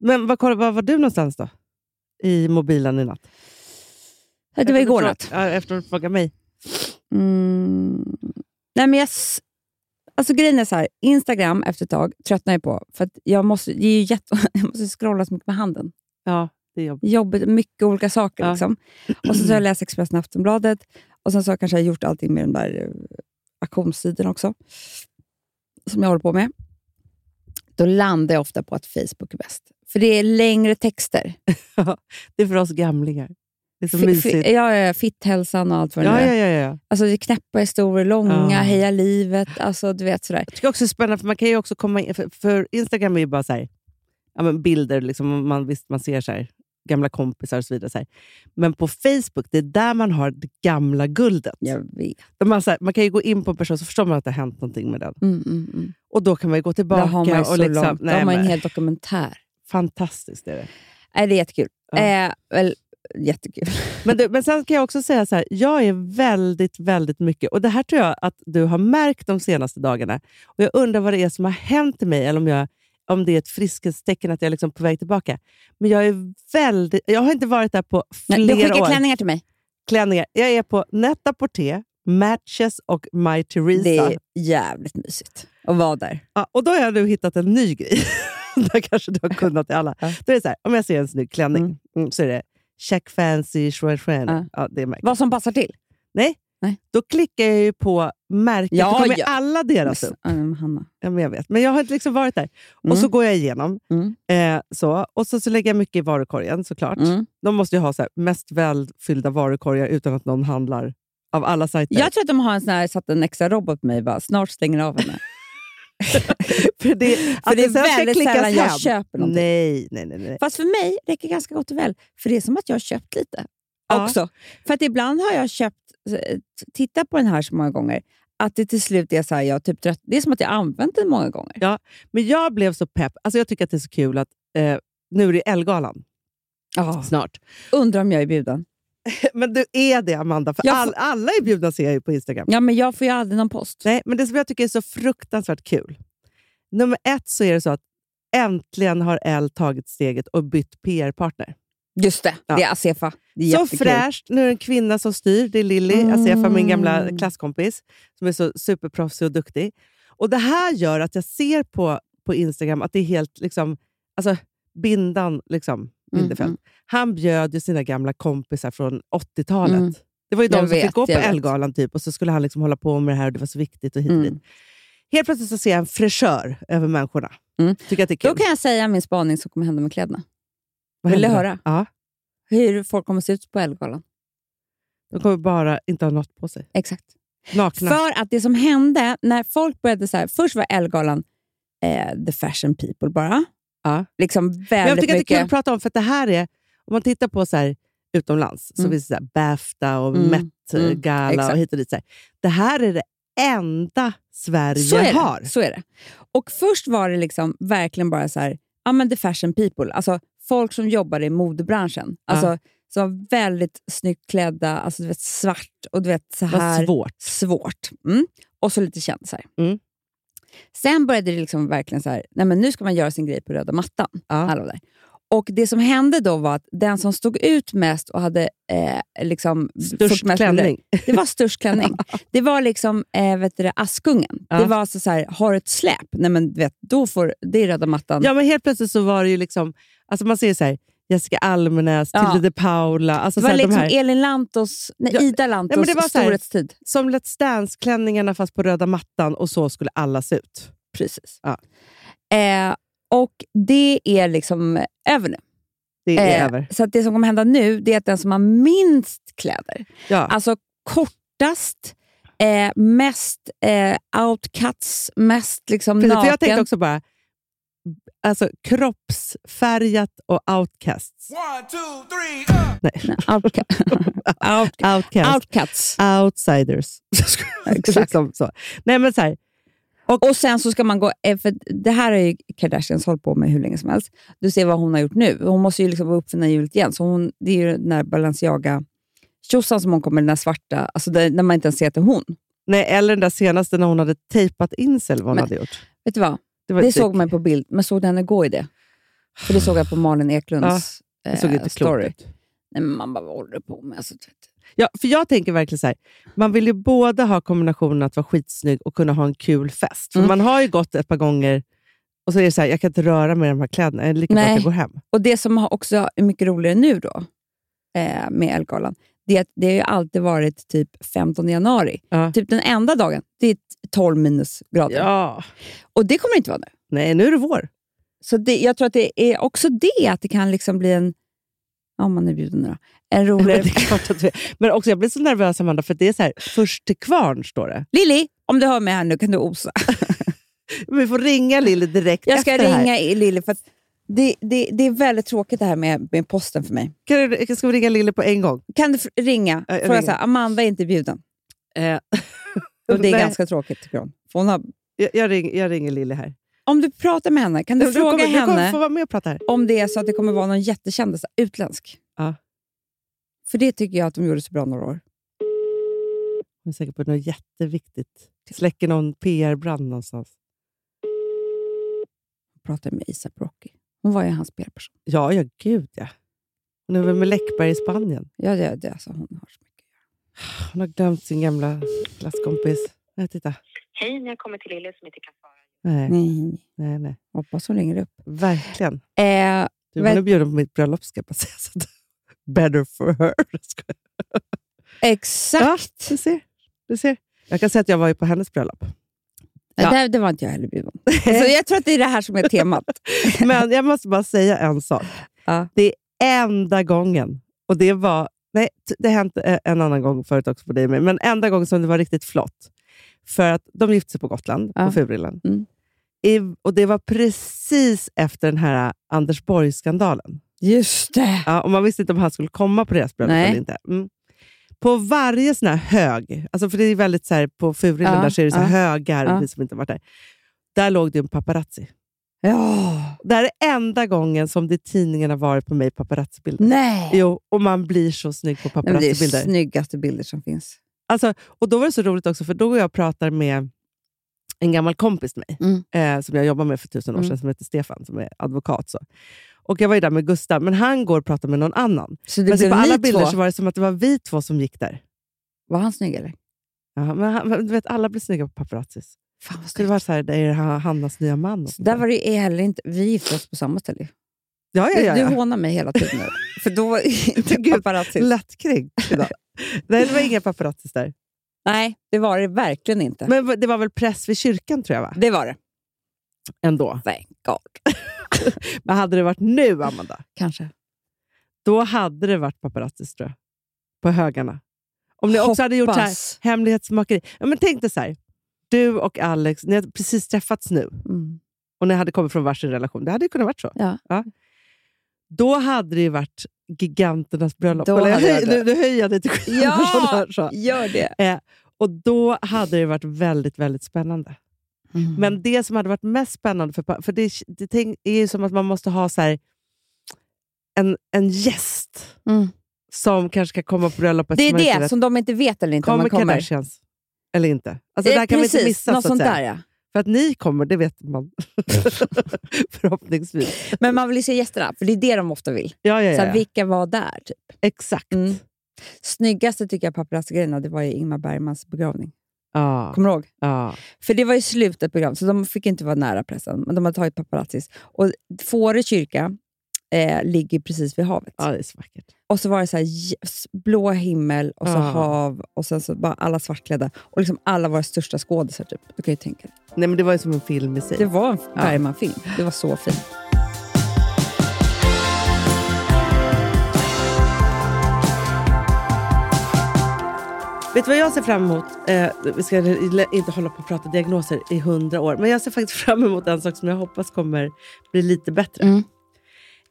[SPEAKER 10] Men vad, kolla, vad var du någonstans då? I mobilen i natt?
[SPEAKER 8] Det
[SPEAKER 10] Efter du frå- Ja, efter att du frågade mig.
[SPEAKER 8] Mm. Nej, men jag, s- alltså grejen är så här, Instagram efter ett tag tröttnar jag på. För att jag, måste, det är ju jätte, jag måste scrolla så mycket med handen.
[SPEAKER 10] Ja, det är jobbigt.
[SPEAKER 8] Jobbigt, mycket olika saker.
[SPEAKER 10] Ja.
[SPEAKER 8] Liksom. Och sen så har jag läst Expressen och Aftonbladet. Och sen så har jag kanske gjort allting med den där eh, auktionssidorna också. Som jag håller på med. Då landar jag ofta på att Facebook är bäst. För det är längre texter.
[SPEAKER 10] Det är för oss gamlingar. Det är så
[SPEAKER 8] Fi-
[SPEAKER 10] mysigt.
[SPEAKER 8] fi- ja, ja, fitthälsan och allt vad det
[SPEAKER 10] ja,
[SPEAKER 8] nu
[SPEAKER 10] ja,
[SPEAKER 8] är.
[SPEAKER 10] ja, ja.
[SPEAKER 8] Alltså det är knäppa historier, långa,
[SPEAKER 10] Ja.
[SPEAKER 8] heja livet, alltså du vet sådär.
[SPEAKER 10] Jag tycker också det är spännande, för man kan ju också komma in... För, för Instagram är ju bara så här, ja, men bilder, liksom, man, visst man ser så här,
[SPEAKER 9] gamla kompisar och så vidare. Så här. Men på Facebook, det är där man har det gamla guldet. Där Man, så här, man kan ju gå in på en person så förstår man att det har hänt någonting med den. Och då kan man ju gå tillbaka.
[SPEAKER 8] Mm, Där har man ju så
[SPEAKER 9] och liksom,
[SPEAKER 8] långt. Då har man ju en
[SPEAKER 9] men-
[SPEAKER 8] hel dokumentär.
[SPEAKER 9] Fantastiskt är det.
[SPEAKER 8] Nej, det är jättekul.
[SPEAKER 9] Ja.
[SPEAKER 8] Eh, väl, jättekul.
[SPEAKER 9] Men, du, men sen kan jag också säga så här, jag är väldigt, väldigt mycket, och det här tror jag att du har märkt de senaste dagarna. Och Jag undrar vad det är som har hänt mig, eller om, jag, om det är ett friskhetstecken att jag är liksom på väg tillbaka. Men jag är väldigt, jag har inte varit där på flera
[SPEAKER 8] Nej, du skickar
[SPEAKER 9] år.
[SPEAKER 8] klänningar till mig.
[SPEAKER 9] Klänningar. Jag är på Netta Porté, Matches och My Teresa.
[SPEAKER 8] Det är jävligt mysigt att vara där.
[SPEAKER 9] Ja, och då har jag nu hittat en ny grej. Där kanske du har kunnat i alla. Då är det så här, om jag ser en snygg klänning mm, så är det check fancy, schwen, schwen.
[SPEAKER 8] Ja.
[SPEAKER 9] Ja, det är märket.
[SPEAKER 8] Vad som passar till.
[SPEAKER 9] Nej. Då klickar jag ju på märket.
[SPEAKER 8] Ja,
[SPEAKER 9] då kommer
[SPEAKER 8] ja.
[SPEAKER 9] alla deras upp.
[SPEAKER 8] Mm, Hanna.
[SPEAKER 9] Ja, men jag vet. Men jag har inte liksom varit där.
[SPEAKER 8] Mm.
[SPEAKER 9] Och så går jag igenom. Eh, så. Och så, så lägger jag mycket i varukorgen såklart.
[SPEAKER 8] Mm.
[SPEAKER 9] De måste ju ha så här, mest välfyllda varukorgar utan att någon handlar av alla sajter.
[SPEAKER 8] Jag tror att de har en sån här, satt en extra robot på mig bara, snart stänger av henne.
[SPEAKER 9] för det,
[SPEAKER 8] För
[SPEAKER 9] att
[SPEAKER 8] det är
[SPEAKER 9] sen ska
[SPEAKER 8] väldigt
[SPEAKER 9] klickas
[SPEAKER 8] sällan jag
[SPEAKER 9] hem.
[SPEAKER 8] köper någonting.
[SPEAKER 9] Nej, nej, nej. nej.
[SPEAKER 8] Fast för mig räcker ganska gott och väl, för det är som att jag har köpt lite
[SPEAKER 9] Ja.
[SPEAKER 8] också. För att ibland har jag köpt, eh, tittat på den här så många gånger, att det till slut är så här, jag är typ trött. Det är som att jag har använt den många gånger.
[SPEAKER 9] Ja, men jag blev så pepp. Alltså jag tycker att det är så kul att eh, nu är det Ellegalan. Snart.
[SPEAKER 8] Undrar om jag är bjuden.
[SPEAKER 9] men du är det, Amanda. För
[SPEAKER 8] Jag
[SPEAKER 9] all,
[SPEAKER 8] får-
[SPEAKER 9] alla är bjudna ser jag ju på Instagram.
[SPEAKER 8] Ja, men jag får ju aldrig någon post.
[SPEAKER 9] Nej, men det som jag tycker är så fruktansvärt kul. Nummer ett så är det så att äntligen har L tagit steget och bytt PR-partner.
[SPEAKER 8] Just det,
[SPEAKER 9] Ja.
[SPEAKER 8] det är Asefa. Det är
[SPEAKER 9] Så
[SPEAKER 8] jättekul.
[SPEAKER 9] fräscht. Nu är det en kvinna som styr. Det är Lilly,
[SPEAKER 8] Mm.
[SPEAKER 9] Asefa, min gamla klasskompis, som är så superproffsig och duktig. Och Det här gör att jag ser på, på Instagram att det är helt... liksom, alltså Bindan liksom, Bindefeld.
[SPEAKER 8] Mm-hmm.
[SPEAKER 9] Han bjöd ju sina gamla kompisar från 80-talet.
[SPEAKER 8] Mm.
[SPEAKER 9] Det var ju de
[SPEAKER 8] Jag
[SPEAKER 9] som
[SPEAKER 8] vet,
[SPEAKER 9] fick gå på
[SPEAKER 8] jag vet.
[SPEAKER 9] Ellegalan typ, och så skulle han liksom hålla på med det här och det var så viktigt. och hit och
[SPEAKER 8] Mm.
[SPEAKER 9] dit. Helt plötsligt så ser jag en fräschör över människorna.
[SPEAKER 8] Mm.
[SPEAKER 9] Tycker att det är kul.
[SPEAKER 8] Då kan jag säga min spaning som kommer hända med kläderna.
[SPEAKER 9] Vad
[SPEAKER 8] Vill du
[SPEAKER 9] händer då?
[SPEAKER 8] höra?
[SPEAKER 9] Ja,
[SPEAKER 8] Hur folk kommer se ut på Ellegalan.
[SPEAKER 9] de kommer bara inte ha något på sig.
[SPEAKER 8] Exakt.
[SPEAKER 9] Nakna.
[SPEAKER 8] För att det som hände när folk började så här, först var Ellegalan eh, the fashion people bara.
[SPEAKER 9] Ja.
[SPEAKER 8] Liksom
[SPEAKER 9] Men jag
[SPEAKER 8] väldigt
[SPEAKER 9] tycker att det är kul
[SPEAKER 8] mycket.
[SPEAKER 9] att prata om, för att det här är, om man tittar på så här, utomlands, så
[SPEAKER 8] Mm.
[SPEAKER 9] finns det så här, Bafta och
[SPEAKER 8] Mm. Mm.
[SPEAKER 9] Met-gala
[SPEAKER 8] Exakt.
[SPEAKER 9] och hit och dit. Så här. Det här är det enda Sverige
[SPEAKER 8] så, är
[SPEAKER 9] har.
[SPEAKER 8] det, så är det. Och först var det liksom verkligen bara så här, ja men the fashion people, alltså folk som jobbar i modebranschen. Alltså, Som var väldigt snyggt klädda, alltså du vet svart och du vet så
[SPEAKER 9] Vad
[SPEAKER 8] här.
[SPEAKER 9] svårt.
[SPEAKER 8] svårt. Mm. Och så lite kändisar.
[SPEAKER 9] Mm.
[SPEAKER 8] Sen började det liksom verkligen så här, nej men nu ska man göra sin grej på röda mattan. Alla var där. Och Det som hände då var att den som stod ut mest och hade eh, liksom
[SPEAKER 9] Störst
[SPEAKER 8] fått mest
[SPEAKER 9] klänning.
[SPEAKER 8] Det, det var störst klänning. det var liksom eh, vet du, det, Askungen.
[SPEAKER 9] Ja.
[SPEAKER 8] Det var alltså så här, har ett släp, nej men du vet, då får, det är röda mattan.
[SPEAKER 9] Ja, men helt plötsligt så var det ju liksom, alltså man ser så här, Jessica Almenäs,
[SPEAKER 8] Ja.
[SPEAKER 9] Tilde de Paula, alltså
[SPEAKER 8] det
[SPEAKER 9] så
[SPEAKER 8] var
[SPEAKER 9] här,
[SPEAKER 8] liksom
[SPEAKER 9] de här,
[SPEAKER 8] Elin Lantos, nej,
[SPEAKER 9] Ja,
[SPEAKER 8] Ida
[SPEAKER 9] nej, men
[SPEAKER 8] Lantos
[SPEAKER 9] det var så här-
[SPEAKER 8] storhetstid.
[SPEAKER 9] som Let's Dance-klänningarna fast på röda mattan och så skulle alla se ut.
[SPEAKER 8] Precis.
[SPEAKER 9] Ja.
[SPEAKER 8] Eh, och det är liksom över nu.
[SPEAKER 9] Det är
[SPEAKER 8] Eh,
[SPEAKER 9] över.
[SPEAKER 8] Så att det som kommer hända nu det är att den som har minst kläder,
[SPEAKER 9] Ja.
[SPEAKER 8] alltså kortast, eh, mest eh, outcuts, mest liksom
[SPEAKER 9] Precis,
[SPEAKER 8] naken.
[SPEAKER 9] för jag tänkte också bara, alltså kroppsfärgat och outcasts.
[SPEAKER 8] Nej, outca- Out-
[SPEAKER 9] Outcasts.
[SPEAKER 8] outcuts.
[SPEAKER 9] Outsiders.
[SPEAKER 8] Exakt.
[SPEAKER 9] liksom så. Nej, men så här,
[SPEAKER 8] Och sen så ska man gå, eh, för det här har ju Kardashians hållit på med hur länge som helst. Du ser vad hon har gjort nu. Hon måste ju liksom uppfinna hjulet igen. Så hon, det är ju den där Balenciaga tjosan som hon kommer, den där svarta, alltså där, när man inte ens ser att det är hon.
[SPEAKER 9] nej, eller den där senaste när hon hade tejpat in sig eller vad hon
[SPEAKER 8] Men-
[SPEAKER 9] hade gjort.
[SPEAKER 8] Vet du vad?
[SPEAKER 9] var typ-
[SPEAKER 8] Det
[SPEAKER 9] inte-
[SPEAKER 8] såg man på bild, men såg du henne gå i det? För det såg jag på Malin Eklunds
[SPEAKER 9] det såg
[SPEAKER 8] eh,
[SPEAKER 9] inte
[SPEAKER 8] story.
[SPEAKER 9] klokt ut.
[SPEAKER 8] Nej, men man bara, vad håller du på med? Alltså, du vet.
[SPEAKER 9] Ja, för jag tänker verkligen så här, man vill ju både ha kombinationen att vara skitsnygg och kunna ha en kul fest. För
[SPEAKER 8] Mm.
[SPEAKER 9] Man har ju gått ett par gånger och så är det så här, jag kan inte röra mig i de här kläderna, det är lika bra att
[SPEAKER 8] Nej.
[SPEAKER 9] jag går hem.
[SPEAKER 8] Och det som har också är mycket roligare nu då, eh, med Ellegalan, det är att det har ju alltid varit typ 15 januari.
[SPEAKER 9] Ja.
[SPEAKER 8] Typ den enda dagen, det är 12 minusgrader.
[SPEAKER 9] Ja.
[SPEAKER 8] Och det kommer det inte vara nu.
[SPEAKER 9] Nej, nu är det vår.
[SPEAKER 8] Så det, jag tror att det är också det, att det kan liksom bli en, om man är bjuden nu då, en
[SPEAKER 9] Det
[SPEAKER 8] roligare...
[SPEAKER 9] är klart att vi... Men också, jag blir så nervös Amanda, för det är så här, först till kvarn står det.
[SPEAKER 8] Lilly, om du hör mig här nu kan du osa.
[SPEAKER 9] Vi får ringa Lilly direkt
[SPEAKER 8] Jag ska
[SPEAKER 9] efter det här.
[SPEAKER 8] ringa i Lilly för att Det, det, det är väldigt tråkigt det här med, med posten för mig.
[SPEAKER 9] Kan du, ska vi ringa Lille på en gång?
[SPEAKER 8] Kan du f- ringa?
[SPEAKER 9] jag
[SPEAKER 8] Fråga
[SPEAKER 9] ringer.
[SPEAKER 8] så här, Amanda är inte bjuden. Och Eh, det är
[SPEAKER 9] nej.
[SPEAKER 8] ganska tråkigt tycker hon. För hon har,
[SPEAKER 9] Jag, jag, ringer, jag ringer Lille här.
[SPEAKER 8] om du pratar med henne, kan du,
[SPEAKER 9] Du
[SPEAKER 8] fråga
[SPEAKER 9] kommer- du kommer
[SPEAKER 8] henne
[SPEAKER 9] få vara med och prata här.
[SPEAKER 8] om det är så att det kommer vara någon jättekändis utländsk?
[SPEAKER 9] Ja.
[SPEAKER 8] För det tycker jag att de gjorde så bra några år.
[SPEAKER 9] Hon är säkert på något jätteviktigt. Släcker någon PR-brand någonstans.
[SPEAKER 8] Jag pratade med ASAP Rocky. Hon var ju hans PR-person.
[SPEAKER 9] Ja, ja, gud ja. Hon är väl med Läckberg i Spanien.
[SPEAKER 8] Ja, det, det, alltså, hon har så mycket.
[SPEAKER 9] Hon har glömt sin gamla klasskompis. Nej, titta.
[SPEAKER 11] Hej, ni har kommit till Lilly som inte kan svara.
[SPEAKER 9] Nej.
[SPEAKER 8] Nej.
[SPEAKER 9] Nej, nej.
[SPEAKER 8] Hoppas hon ringer upp.
[SPEAKER 9] Verkligen.
[SPEAKER 8] Eh,
[SPEAKER 9] Du,
[SPEAKER 8] vet-
[SPEAKER 9] hon är bjuden på mitt bröllop ska jag bara säga. Så att- Better for her. Ska jag-
[SPEAKER 8] Exakt!
[SPEAKER 9] Ja, du ser. Du ser. Jag kan säga att jag var ju på hennes bröllop.
[SPEAKER 8] Nej, Det, det var inte jag heller bjuden. Alltså, jag tror att det är det här som är temat.
[SPEAKER 9] Men jag måste bara säga en sak. Det är enda gången, och det var... Nej, t- det har hänt eh, en annan gång förut också på dig och mig, men enda gången som det var riktigt flott. För att de gifte sig på Gotland, på Furillen. I, och det var precis efter den här Anders Borg-skandalen.
[SPEAKER 8] Just det!
[SPEAKER 9] Ja, och man visste inte om han skulle komma på deras bröllop
[SPEAKER 8] Nej.
[SPEAKER 9] eller inte. Mm. På varje sån här hög, alltså för det är väldigt så här, på Furillen
[SPEAKER 8] Ja,
[SPEAKER 9] där så är det så
[SPEAKER 8] ja.
[SPEAKER 9] här högar,
[SPEAKER 8] Ja.
[SPEAKER 9] vi som inte har varit där. Där låg det en paparazzi.
[SPEAKER 8] Ja.
[SPEAKER 9] Det här är enda gången som det i tidningen har varit på mig paparazzibilder.
[SPEAKER 8] Nej.
[SPEAKER 9] Jo, och man blir så snygg på
[SPEAKER 8] Nej, men det är
[SPEAKER 9] paparazzibilder.
[SPEAKER 8] snyggaste bilder som finns.
[SPEAKER 9] Alltså, och då var det så roligt också, för då går jag och pratar med en gammal kompis till mig, eh, som jag jobbade med för tusen år sedan,
[SPEAKER 8] Mm.
[SPEAKER 9] som heter Stefan, som är advokat. Så. Och Jag var ju där med Gustav, men han går och pratar med någon annan.
[SPEAKER 8] Så det
[SPEAKER 9] men typ
[SPEAKER 8] blev
[SPEAKER 9] på
[SPEAKER 8] ni
[SPEAKER 9] alla bilder
[SPEAKER 8] två?
[SPEAKER 9] så var det som att det var vi två som gick där.
[SPEAKER 8] Var han snygg eller?
[SPEAKER 9] Ja, men han, men du vet, alla blir snygga på paparazzis.
[SPEAKER 8] Fan
[SPEAKER 9] det var så här, det är han- Hannas nya man. Och
[SPEAKER 8] Så där var det ju heller inte. Vi gifte oss på samma ställe.
[SPEAKER 9] Ja, ja,
[SPEAKER 8] Du-
[SPEAKER 9] ja,
[SPEAKER 8] Du
[SPEAKER 9] ja.
[SPEAKER 8] hånar mig hela tiden nu. För då var inte paparazzi.
[SPEAKER 9] Lättkränkt idag. Nej, det var inga paparazzis där.
[SPEAKER 8] Nej, det var det verkligen inte.
[SPEAKER 9] Men v- det var väl press vid kyrkan tror jag? va?
[SPEAKER 8] Det var det.
[SPEAKER 9] Ändå.
[SPEAKER 8] Thank God.
[SPEAKER 9] Men hade det varit nu, Amanda,
[SPEAKER 8] Kanske.
[SPEAKER 9] då hade det varit paparazzis tror jag. På högarna. Om ni också hade gjort så här,
[SPEAKER 8] Hoppas.
[SPEAKER 9] hemlighetsmakeri. Ja, men tänk dig så här. Du och Alex, ni hade precis träffats nu.
[SPEAKER 8] Mm.
[SPEAKER 9] Och ni hade kommit från varsin relation. Det hade ju kunnat varit så.
[SPEAKER 8] Ja.
[SPEAKER 9] Då hade det ju varit giganternas bröllop.
[SPEAKER 8] Då
[SPEAKER 9] Eller,
[SPEAKER 8] hade
[SPEAKER 9] höj,
[SPEAKER 8] jag det.
[SPEAKER 9] nu, nu höjer jag lite skillnad.
[SPEAKER 8] Ja, gör det.
[SPEAKER 9] Eh, och då hade det varit väldigt, väldigt spännande.
[SPEAKER 8] Mm.
[SPEAKER 9] Men det som hade varit mest spännande, för, pa- för det, det tänk- är ju som att man måste ha så här, en, en gäst som kanske ska komma på bröllopet.
[SPEAKER 8] Mm. Det
[SPEAKER 9] man
[SPEAKER 8] är
[SPEAKER 9] inte
[SPEAKER 8] det
[SPEAKER 9] vet.
[SPEAKER 8] som de inte vet eller inte. om
[SPEAKER 9] Kommer
[SPEAKER 8] man kommer.
[SPEAKER 9] Kardashians eller inte? Alltså,
[SPEAKER 8] Eh,
[SPEAKER 9] det här kan man
[SPEAKER 8] precis,
[SPEAKER 9] inte missa.
[SPEAKER 8] något
[SPEAKER 9] så att
[SPEAKER 8] sånt
[SPEAKER 9] säga.
[SPEAKER 8] där, ja.
[SPEAKER 9] För att ni kommer, det vet man. Förhoppningsvis.
[SPEAKER 8] Men man vill ju se gästerna, för det är det de ofta vill.
[SPEAKER 9] Ja, ja,
[SPEAKER 8] så här,
[SPEAKER 9] ja.
[SPEAKER 8] vilka var där? Typ.
[SPEAKER 9] Exakt.
[SPEAKER 8] Mm. Snyggaste tycker jag paparazzi-grejerna, det var ju Ingmar Bergmans begravning.
[SPEAKER 9] Ja.
[SPEAKER 8] Kommer du ihåg?
[SPEAKER 9] Ja.
[SPEAKER 8] För det var ju slutet på programmet, så de fick inte vara nära pressen. Men de hade tagit paparazzis. Och Fårö kyrka eh, ligger precis vid havet.
[SPEAKER 9] Ja, det är så vackert.
[SPEAKER 8] Och så var det så här, yes, blå himmel och så
[SPEAKER 9] Ja.
[SPEAKER 8] hav och sen så bara alla svartklädda. Och liksom alla våra största skådisar, typ. Du kan ju tänka dig.
[SPEAKER 9] Nej, men det var ju som en film i sig.
[SPEAKER 8] Det var en Bergman-film. Det var så fint.
[SPEAKER 9] Vet du vad jag ser fram emot? Eh, vi ska l- inte hålla på och prata diagnoser i hundra år, men jag ser faktiskt fram emot en sak som jag hoppas kommer bli lite bättre.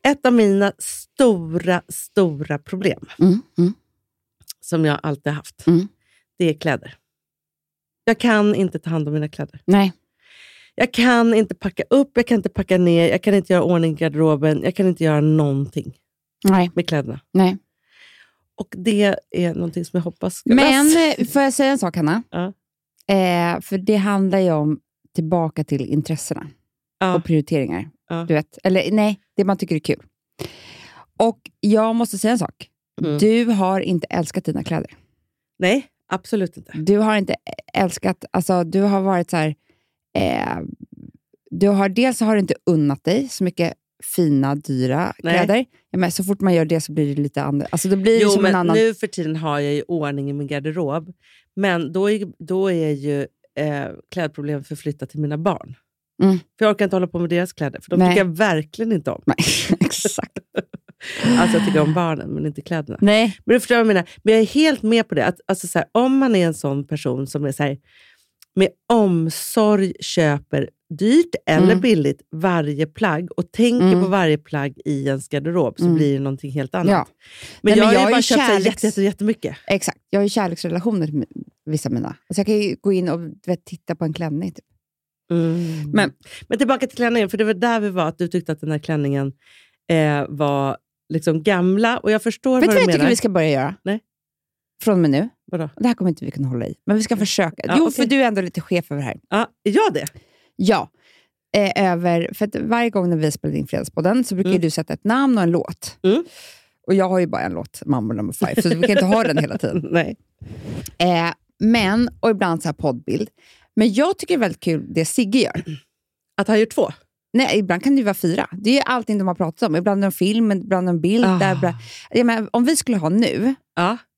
[SPEAKER 9] Ett av mina stora, stora problem, mm. som jag alltid haft, det är kläder. Jag kan inte ta hand om mina kläder.
[SPEAKER 8] Nej.
[SPEAKER 9] Jag kan inte packa upp, jag kan inte packa ner, jag kan inte göra ordning i garderoben, jag kan inte göra någonting
[SPEAKER 8] Nej.
[SPEAKER 9] med kläderna.
[SPEAKER 8] Nej.
[SPEAKER 9] Och det är någonting som jag hoppas ska
[SPEAKER 8] Men
[SPEAKER 9] lösas.
[SPEAKER 8] eh, får jag säga en sak, Hanna?
[SPEAKER 9] Ja.
[SPEAKER 8] Eh, för det handlar ju om tillbaka till intressena och prioriteringar.
[SPEAKER 9] Ja.
[SPEAKER 8] Du vet. Eller nej, det man tycker är kul. Och jag måste säga en sak.
[SPEAKER 9] Mm.
[SPEAKER 8] Du har inte älskat dina kläder.
[SPEAKER 9] Nej, absolut inte.
[SPEAKER 8] Du har inte älskat, alltså du har varit så här, eh, du har, dels har du inte unnat dig så mycket fina, dyra
[SPEAKER 9] Nej.
[SPEAKER 8] kläder. Ja, men så fort man gör det så blir det lite annorlunda. Alltså det blir
[SPEAKER 9] jo,
[SPEAKER 8] som
[SPEAKER 9] men
[SPEAKER 8] en annan...
[SPEAKER 9] nu för tiden har jag ju ordning i min garderob. Men då är, då är ju eh, klädproblemet förflyttat till mina barn.
[SPEAKER 8] Mm.
[SPEAKER 9] För jag orkar inte hålla på med deras kläder, för de
[SPEAKER 8] Nej.
[SPEAKER 9] tycker jag verkligen inte om.
[SPEAKER 8] exakt.
[SPEAKER 9] alltså jag tycker om barnen, men inte kläderna.
[SPEAKER 8] Nej.
[SPEAKER 9] Men du förstår vad jag menar. Men jag är helt med på det. Att, alltså, så här, om man är en sån person som är så här, med omsorg köper dyrt eller
[SPEAKER 10] Mm.
[SPEAKER 9] billigt varje plagg och tänker
[SPEAKER 10] Mm.
[SPEAKER 9] på varje plagg i ens garderob så
[SPEAKER 10] Mm.
[SPEAKER 9] blir det någonting helt annat.
[SPEAKER 10] Ja.
[SPEAKER 9] Men,
[SPEAKER 10] Nej,
[SPEAKER 9] jag,
[SPEAKER 10] men jag
[SPEAKER 9] har
[SPEAKER 10] är
[SPEAKER 9] ju bara
[SPEAKER 10] ju
[SPEAKER 9] köpt kärleks...
[SPEAKER 10] kärleks-
[SPEAKER 9] jätte, jätte, jättemycket.
[SPEAKER 8] Exakt. Jag har ju kärleksrelationer med vissa mina. Alltså jag kan ju gå in och du vet, titta på en klänning. Typ.
[SPEAKER 9] Men, Mm. men tillbaka till klänningen, för det var där vi var, att du tyckte att den här klänningen eh, var liksom gamla. Och jag förstår
[SPEAKER 8] Vet du
[SPEAKER 9] vad
[SPEAKER 8] vad
[SPEAKER 9] du
[SPEAKER 8] jag
[SPEAKER 9] menar.
[SPEAKER 8] tycker vi ska börja göra?
[SPEAKER 9] Nej.
[SPEAKER 8] Från och med nu.
[SPEAKER 9] Vadå?
[SPEAKER 8] Det här kommer inte vi kunna hålla i, men vi ska försöka.
[SPEAKER 9] Ja,
[SPEAKER 8] jo,
[SPEAKER 9] okej.
[SPEAKER 8] för du är ändå lite chef över det här.
[SPEAKER 9] Ja, är jag det?
[SPEAKER 8] Ja. Eh, över, för att varje gång när vi spelade in Fredagspodden så
[SPEAKER 9] Mm.
[SPEAKER 8] brukar ju du sätta ett namn och en låt. Och jag har ju bara en låt, Mambo number five, så vi kan inte ha den hela tiden.
[SPEAKER 9] Nej.
[SPEAKER 8] Eh, men, och ibland så här poddbild. Men jag tycker det är väldigt kul det Sigge gör.
[SPEAKER 9] Att han gör två?
[SPEAKER 8] Nej, ibland kan det ju vara fyra. Det är ju allting de har pratat om. Ibland en film, ibland en bild.
[SPEAKER 10] Ah.
[SPEAKER 8] Där, ibland- jag menar, om vi skulle ha nu,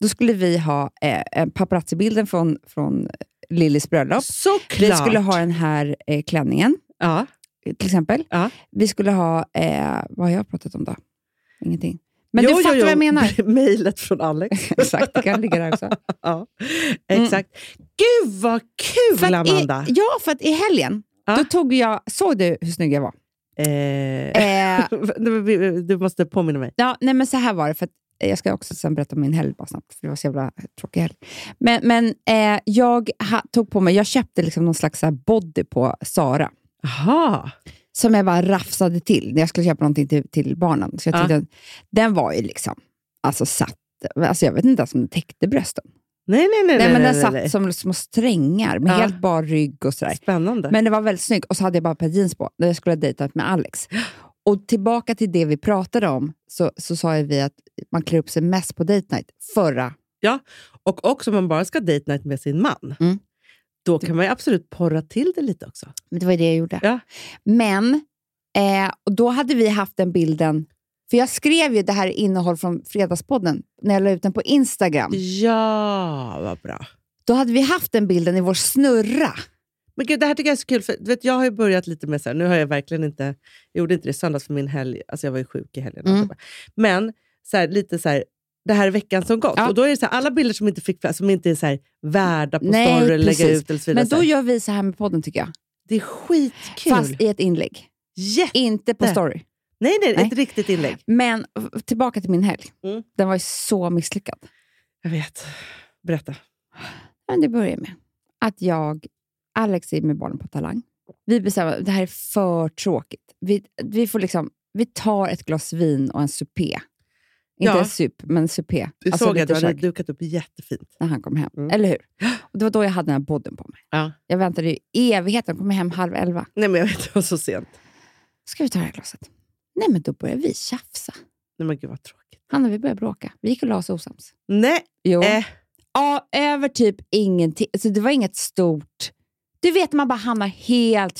[SPEAKER 8] då skulle vi ha eh, eh, paparazzi-bilden från, från Lillys bröllop. Vi
[SPEAKER 9] Såklart.
[SPEAKER 8] skulle ha den här eh, klänningen, eh, till exempel. Vi skulle ha... Eh, vad har jag pratat om då? Ingenting. Men
[SPEAKER 9] Jo,
[SPEAKER 8] du
[SPEAKER 9] jo,
[SPEAKER 8] fattar
[SPEAKER 9] jo.
[SPEAKER 8] vad jag menar.
[SPEAKER 9] Mejlet från Alex.
[SPEAKER 8] Exakt, det kan ligga där också.
[SPEAKER 9] ja, exakt. Gud vad kul
[SPEAKER 8] För att i-
[SPEAKER 9] Amanda!
[SPEAKER 8] ja, för att i helgen, då tog jag... Såg du hur snygg jag var? Eh.
[SPEAKER 9] du måste påminna mig.
[SPEAKER 8] Ja, nej men så här var det. För att eh, jag ska också sen berätta om min helg bara snabbt, för det var så jävla tråkig helg. Men, men eh, jag ha, tog på mig, jag köpte liksom någon slags så här body på Sara.
[SPEAKER 9] Aha.
[SPEAKER 8] Som jag bara rafsade till när jag skulle köpa någonting till, till barnen. Så jag
[SPEAKER 9] Ja.
[SPEAKER 8] tyckte, den- Den var ju liksom, alltså satt, alltså jag vet inte ens om den täckte brösten.
[SPEAKER 9] Nej, nej, nej.
[SPEAKER 8] Nej, men den
[SPEAKER 9] nej,
[SPEAKER 8] satt
[SPEAKER 9] nej.
[SPEAKER 8] som små strängar med
[SPEAKER 9] Ja.
[SPEAKER 8] helt bar rygg och sådär.
[SPEAKER 9] Spännande.
[SPEAKER 8] Men det var väldigt snyggt. Och så hade jag bara ett par jeans på när jag skulle ha dejtat med Alex. Och tillbaka till det vi pratade om så, så sa ju vi att man klär upp sig mest på date night förra.
[SPEAKER 9] Ja, och också om man bara ska date night med sin man.
[SPEAKER 8] Mm.
[SPEAKER 9] Då kan man ju absolut porra till det lite också.
[SPEAKER 8] Men det var ju det jag gjorde. Men eh, och då hade vi haft den bilden, för jag skrev ju det här innehåll från Fredagspodden när jag la ut den på Instagram.
[SPEAKER 9] Ja, vad bra.
[SPEAKER 8] Då hade vi haft den bilden i vår snurra.
[SPEAKER 9] Men gud, det här tycker jag är så kul. För, du vet, jag har ju börjat lite med så här, nu har jag verkligen inte, jag gjorde inte det i söndags för min helg, alltså jag var ju sjuk i helgen.
[SPEAKER 10] Mm.
[SPEAKER 9] Men så här, lite så här, det här är veckan som gått. Och då är det så här, alla bilder som inte fick plats, som inte är så här, värda på story eller lägga
[SPEAKER 8] precis.
[SPEAKER 9] ut eller så vidare.
[SPEAKER 8] Men
[SPEAKER 9] så
[SPEAKER 8] då
[SPEAKER 9] här.
[SPEAKER 8] gör vi så här med podden tycker jag.
[SPEAKER 9] Det är skitkul.
[SPEAKER 8] Fast i ett inlägg. Inte på story.
[SPEAKER 9] Nej, nej, ett riktigt inlägg.
[SPEAKER 8] Men f- tillbaka till min helg. Den var ju så misslyckad.
[SPEAKER 9] Jag vet. Berätta.
[SPEAKER 8] Men det börjar med att jag, Alex är med barnen på Talang. Vi bestämmer att det här är för tråkigt. Vi, vi, får liksom, vi tar ett glas vin och en supé. Inte
[SPEAKER 9] Ja.
[SPEAKER 8] en sup, men en supé. Alltså,
[SPEAKER 9] Du såg att
[SPEAKER 8] lite
[SPEAKER 9] Alltså, du hade Mm.
[SPEAKER 8] käk.
[SPEAKER 9] dukat upp jättefint.
[SPEAKER 8] När han kom hem, eller hur? Och det var då jag hade den här bodden på mig.
[SPEAKER 9] Ja.
[SPEAKER 8] Jag väntade ju evigheten, kom hem halv elva.
[SPEAKER 9] Nej, men jag vet, det var så sent.
[SPEAKER 8] Ska vi ta det här glaset? Nej, men då börjar vi tjafsa.
[SPEAKER 9] Nej, men gud vad tråkigt.
[SPEAKER 8] Hanna, vi började bråka. Vi gick och la oss osams.
[SPEAKER 9] Nej.
[SPEAKER 8] Jo.
[SPEAKER 9] Eh.
[SPEAKER 8] Ja, över typ ingenting. Alltså, det var inget stort... Du vet, man bara hamnar helt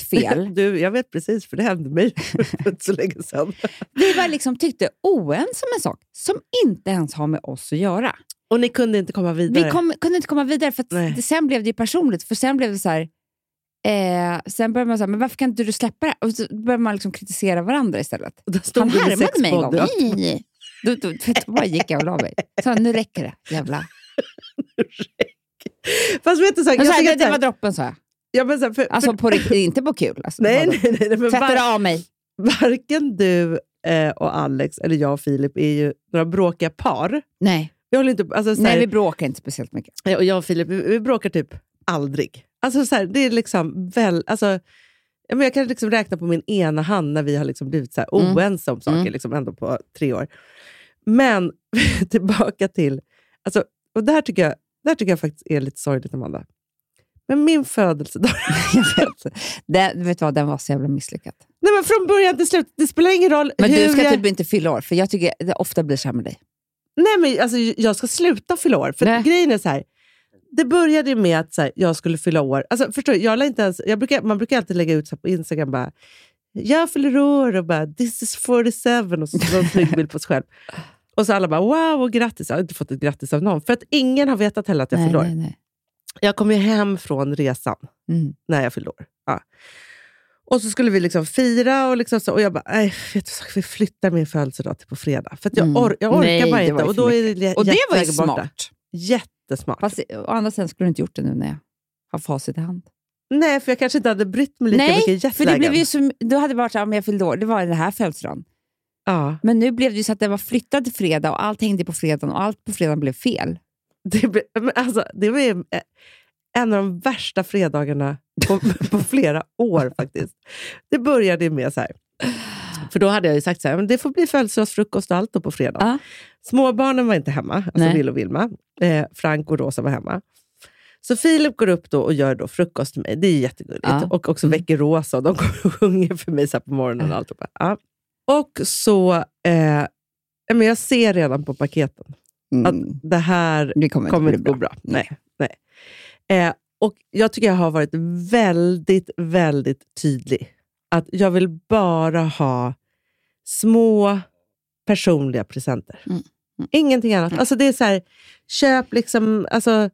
[SPEAKER 8] fel.
[SPEAKER 9] Du, jag vet precis, för det hände mig för inte så länge sedan.
[SPEAKER 8] Vi var liksom tyckte oense om en sak som inte ens har med oss att göra.
[SPEAKER 9] Och ni kunde inte komma vidare?
[SPEAKER 8] Vi kom, kunde inte komma vidare, för att
[SPEAKER 9] Nej.
[SPEAKER 8] det, sen blev det ju personligt. För sen blev det så här... Eh, sen började man säga, men varför kan inte du släppa det här? Och så började man liksom kritisera varandra istället.
[SPEAKER 9] stod
[SPEAKER 8] Han
[SPEAKER 9] vi med
[SPEAKER 8] härmade mig en gång.
[SPEAKER 9] sexpodd, ja.
[SPEAKER 8] Nej, nej, nej. Då, då, då bara gick jag och la mig. Så nu räcker det, jävla...
[SPEAKER 9] Fast vet du, så här,
[SPEAKER 8] Men så här,
[SPEAKER 9] tycker att
[SPEAKER 8] det-
[SPEAKER 9] så här-
[SPEAKER 8] det var droppen, sa jag.
[SPEAKER 9] Ja, men så här, för,
[SPEAKER 8] Alltså
[SPEAKER 9] för,
[SPEAKER 8] på riktigt, inte på kul. Alltså,
[SPEAKER 9] Nej, nej, nej, nej, men
[SPEAKER 8] Tvättar
[SPEAKER 9] var-
[SPEAKER 8] av mig.
[SPEAKER 9] Varken du eh, och Alex, eller jag och Filip, är ju några bråkiga par.
[SPEAKER 8] Nej.
[SPEAKER 9] Vi håller inte, alltså, så här,
[SPEAKER 8] Nej, vi bråkar inte speciellt mycket.
[SPEAKER 9] Eh, Och jag och Filip, vi, vi bråkar typ aldrig. Alltså så här, det är liksom väl... Alltså, ja, men jag kan liksom räkna på min ena hand när vi har liksom blivit så här
[SPEAKER 10] Mm.
[SPEAKER 9] oense om saker
[SPEAKER 10] Mm.
[SPEAKER 9] liksom ändå på tre år. Men tillbaka till... Alltså, och det här, tycker jag, det här tycker jag faktiskt är lite sorgligt, Amanda. Men min födelsedag...
[SPEAKER 8] Det, vet du vad, den var så jävla misslyckad.
[SPEAKER 9] Nej, men från början till slut, det spelar ingen roll
[SPEAKER 8] Men
[SPEAKER 9] hur
[SPEAKER 8] du ska
[SPEAKER 9] jag...
[SPEAKER 8] typ inte fylla år, för jag tycker det ofta blir så här med dig.
[SPEAKER 9] Nej, men alltså, jag ska sluta fylla år. För grejen är så här, det började ju med att så här, jag skulle fylla år. Alltså, förstår du, jag la inte ens, jag brukar, man brukar alltid lägga ut så här på Instagram, bara, jag fyller år och bara, this is 47 och så så en snygg bild på sig själv. Och så alla bara, wow och grattis. Jag har inte fått ett grattis av någon, för att ingen har vetat heller att jag
[SPEAKER 10] Nej,
[SPEAKER 9] fyller år.
[SPEAKER 10] nej,
[SPEAKER 9] Jag kom ju hem från resan
[SPEAKER 8] Mm.
[SPEAKER 9] när jag fyllde år. Ja. Och så skulle vi liksom fira och, liksom så, och jag bara, nej, vet du, vad, vi flyttar min födelsedag till på fredag. För att jag, or- jag orkar
[SPEAKER 8] Mm. Nej,
[SPEAKER 9] bara inte.
[SPEAKER 8] det var ju
[SPEAKER 9] Och,
[SPEAKER 8] för
[SPEAKER 9] då är det,
[SPEAKER 8] mycket. Och det var ju
[SPEAKER 9] jättevägen borta.
[SPEAKER 8] smart.
[SPEAKER 9] Jättesmart.
[SPEAKER 8] Fast, å andra sidan skulle du inte gjort det nu när jag har facit i hand.
[SPEAKER 9] Nej, för jag kanske inte hade brytt mig lika
[SPEAKER 8] Nej,
[SPEAKER 9] mycket i
[SPEAKER 8] för det blev
[SPEAKER 9] jetlagen.
[SPEAKER 8] ju som, då hade det varit så här, om jag fyllde år, det var den här födelsedagen. Men nu blev det ju så att den var flyttad till fredag och allt hängde på fredagen och allt på fredagen blev fel.
[SPEAKER 9] Det, blev- men alltså, det var ju eh, en av de värsta fredagarna på, på flera år faktiskt. Det började ju med så här. För då hade jag ju sagt så här, men det får bli födelsedagsfrukost och allt då på fredag. Småbarnen var inte hemma, alltså
[SPEAKER 10] Nej.
[SPEAKER 9] Will och Vilma. Eh, Frank och Rosa var hemma. Så Filip går upp då och gör då frukost till mig. Det är jättegulligt.
[SPEAKER 10] Ja. Mm.
[SPEAKER 9] Och också väcker Rosa och de kommer och sjunger för mig så här på morgonen. Och, allt. Ja. och så, eh, ja, men jag ser redan på paketen att det här Mm. kommer, inte gå bra. Nej, nej. Eh, och jag tycker jag har varit väldigt, väldigt tydlig. Att jag vill bara ha små personliga presenter. Ingenting annat. Alltså det är så här, köp liksom, alltså,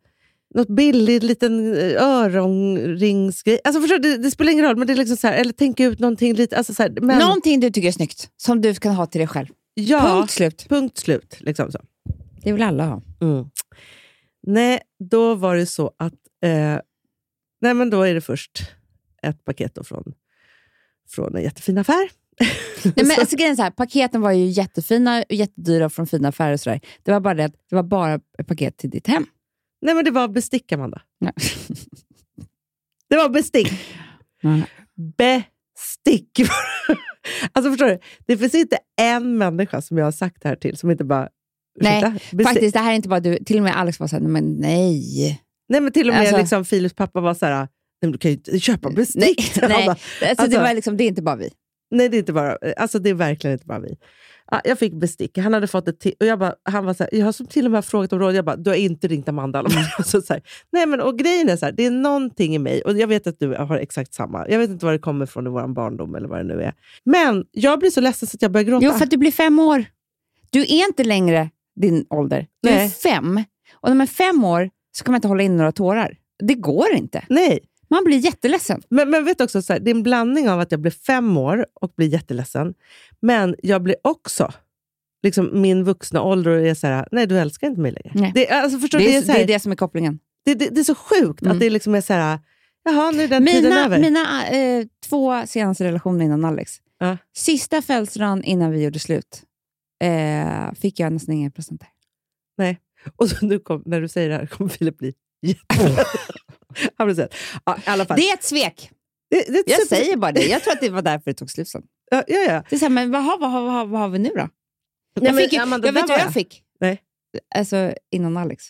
[SPEAKER 9] något billigt, liten eh, öronringsgrej. Alltså förstår, du, det, det spelar ingen roll, men det är liksom så här, eller tänk ut någonting lite. Alltså så här, men,
[SPEAKER 8] Någonting du tycker är snyggt, som du kan ha till dig själv.
[SPEAKER 9] Ja,
[SPEAKER 8] Punkt slut.
[SPEAKER 9] Punkt slut. Liksom så.
[SPEAKER 8] Det vill alla ha.
[SPEAKER 9] Mm. Nej, då var det så att... Eh, nej, men då är det först ett paket då från, från en jättefin affär.
[SPEAKER 8] Nej, men, alltså, grejen är så här, paketen var ju jättefina och jättedyra från fina affärer. Och så där. Det var bara det att det var bara ett paket till ditt hem.
[SPEAKER 9] Nej, men det var bestick, Amanda. Det var bestick.
[SPEAKER 8] Mm.
[SPEAKER 9] Bestick. alltså förstår du? Det finns inte en människa som jag har sagt det här till som inte bara...
[SPEAKER 8] Nej,
[SPEAKER 9] "Ursäkta, bestick."
[SPEAKER 8] faktiskt. Det här är inte bara du. Till och med Alex var såhär, men nej.
[SPEAKER 9] Nej, men till och med
[SPEAKER 8] Alltså-
[SPEAKER 9] liksom, Filips pappa var så här, "Nej, men du kan ju inte köpa
[SPEAKER 8] Nej,
[SPEAKER 9] bestick. Han
[SPEAKER 8] nej.
[SPEAKER 9] bara,
[SPEAKER 8] Alltså, det,
[SPEAKER 9] alltså-
[SPEAKER 8] var liksom, det är inte bara vi.
[SPEAKER 9] Nej, det är, inte bara, alltså, det är verkligen inte bara vi. Ja, jag fick bestick. Han hade fått ett till. Och jag bara, han var så här, jag har som till och med frågat om råd. Jag bara, du har inte ringt Amanda. Alltså, så här, nej, men, och grejen är så här, det är någonting i mig. Och jag vet att du har exakt samma. Jag vet inte var det kommer från i vår barndom eller vad det nu är. Men jag blir så ledsen så att jag börjar gråta.
[SPEAKER 8] Jo, för att du blir fem år. Du är inte längre din ålder. Du är
[SPEAKER 9] Nej.
[SPEAKER 8] fem. Och när man är fem år så kan man inte hålla in några tårar. Det går inte.
[SPEAKER 9] Nej.
[SPEAKER 8] Man blir jätteledsen.
[SPEAKER 9] Men, men vet också, så här, det är en blandning av att jag blir fem år och blir jätteledsen, men jag blir också liksom, min vuxna ålder och är så här, nej du älskar inte mig längre.
[SPEAKER 8] Nej.
[SPEAKER 9] Det, alltså, förstår, du,
[SPEAKER 8] Det är-
[SPEAKER 9] så här,
[SPEAKER 8] det är det som är kopplingen.
[SPEAKER 9] Det, det, det är så sjukt att det liksom är så här, jaha nu är den tiden
[SPEAKER 8] Mm. Mina,
[SPEAKER 9] över.
[SPEAKER 8] mina eh, två senaste relationer innan Alex. Sista födelsedagen innan vi gjorde slut eh, fick jag nästan inga presenter.
[SPEAKER 9] Nej. Och så nu kom, när du säger det här kommer Filip bli jätteledsen. Han blir så här, ja, i alla fall.
[SPEAKER 8] Det är ett svek. jag säger bara det. Jag tror att det var därför det tog slut sen.
[SPEAKER 9] Ja, ja, ja.
[SPEAKER 8] Det är så här, men vad har, vad, har, vad, har, vad har vi nu då?
[SPEAKER 9] Nej,
[SPEAKER 8] jag
[SPEAKER 9] men
[SPEAKER 8] fick, ju-
[SPEAKER 9] Amanda,
[SPEAKER 8] jag
[SPEAKER 9] där
[SPEAKER 8] vet
[SPEAKER 9] var
[SPEAKER 8] vad jag
[SPEAKER 9] jag.
[SPEAKER 8] fick.
[SPEAKER 9] Nej.
[SPEAKER 8] Alltså innan Alex.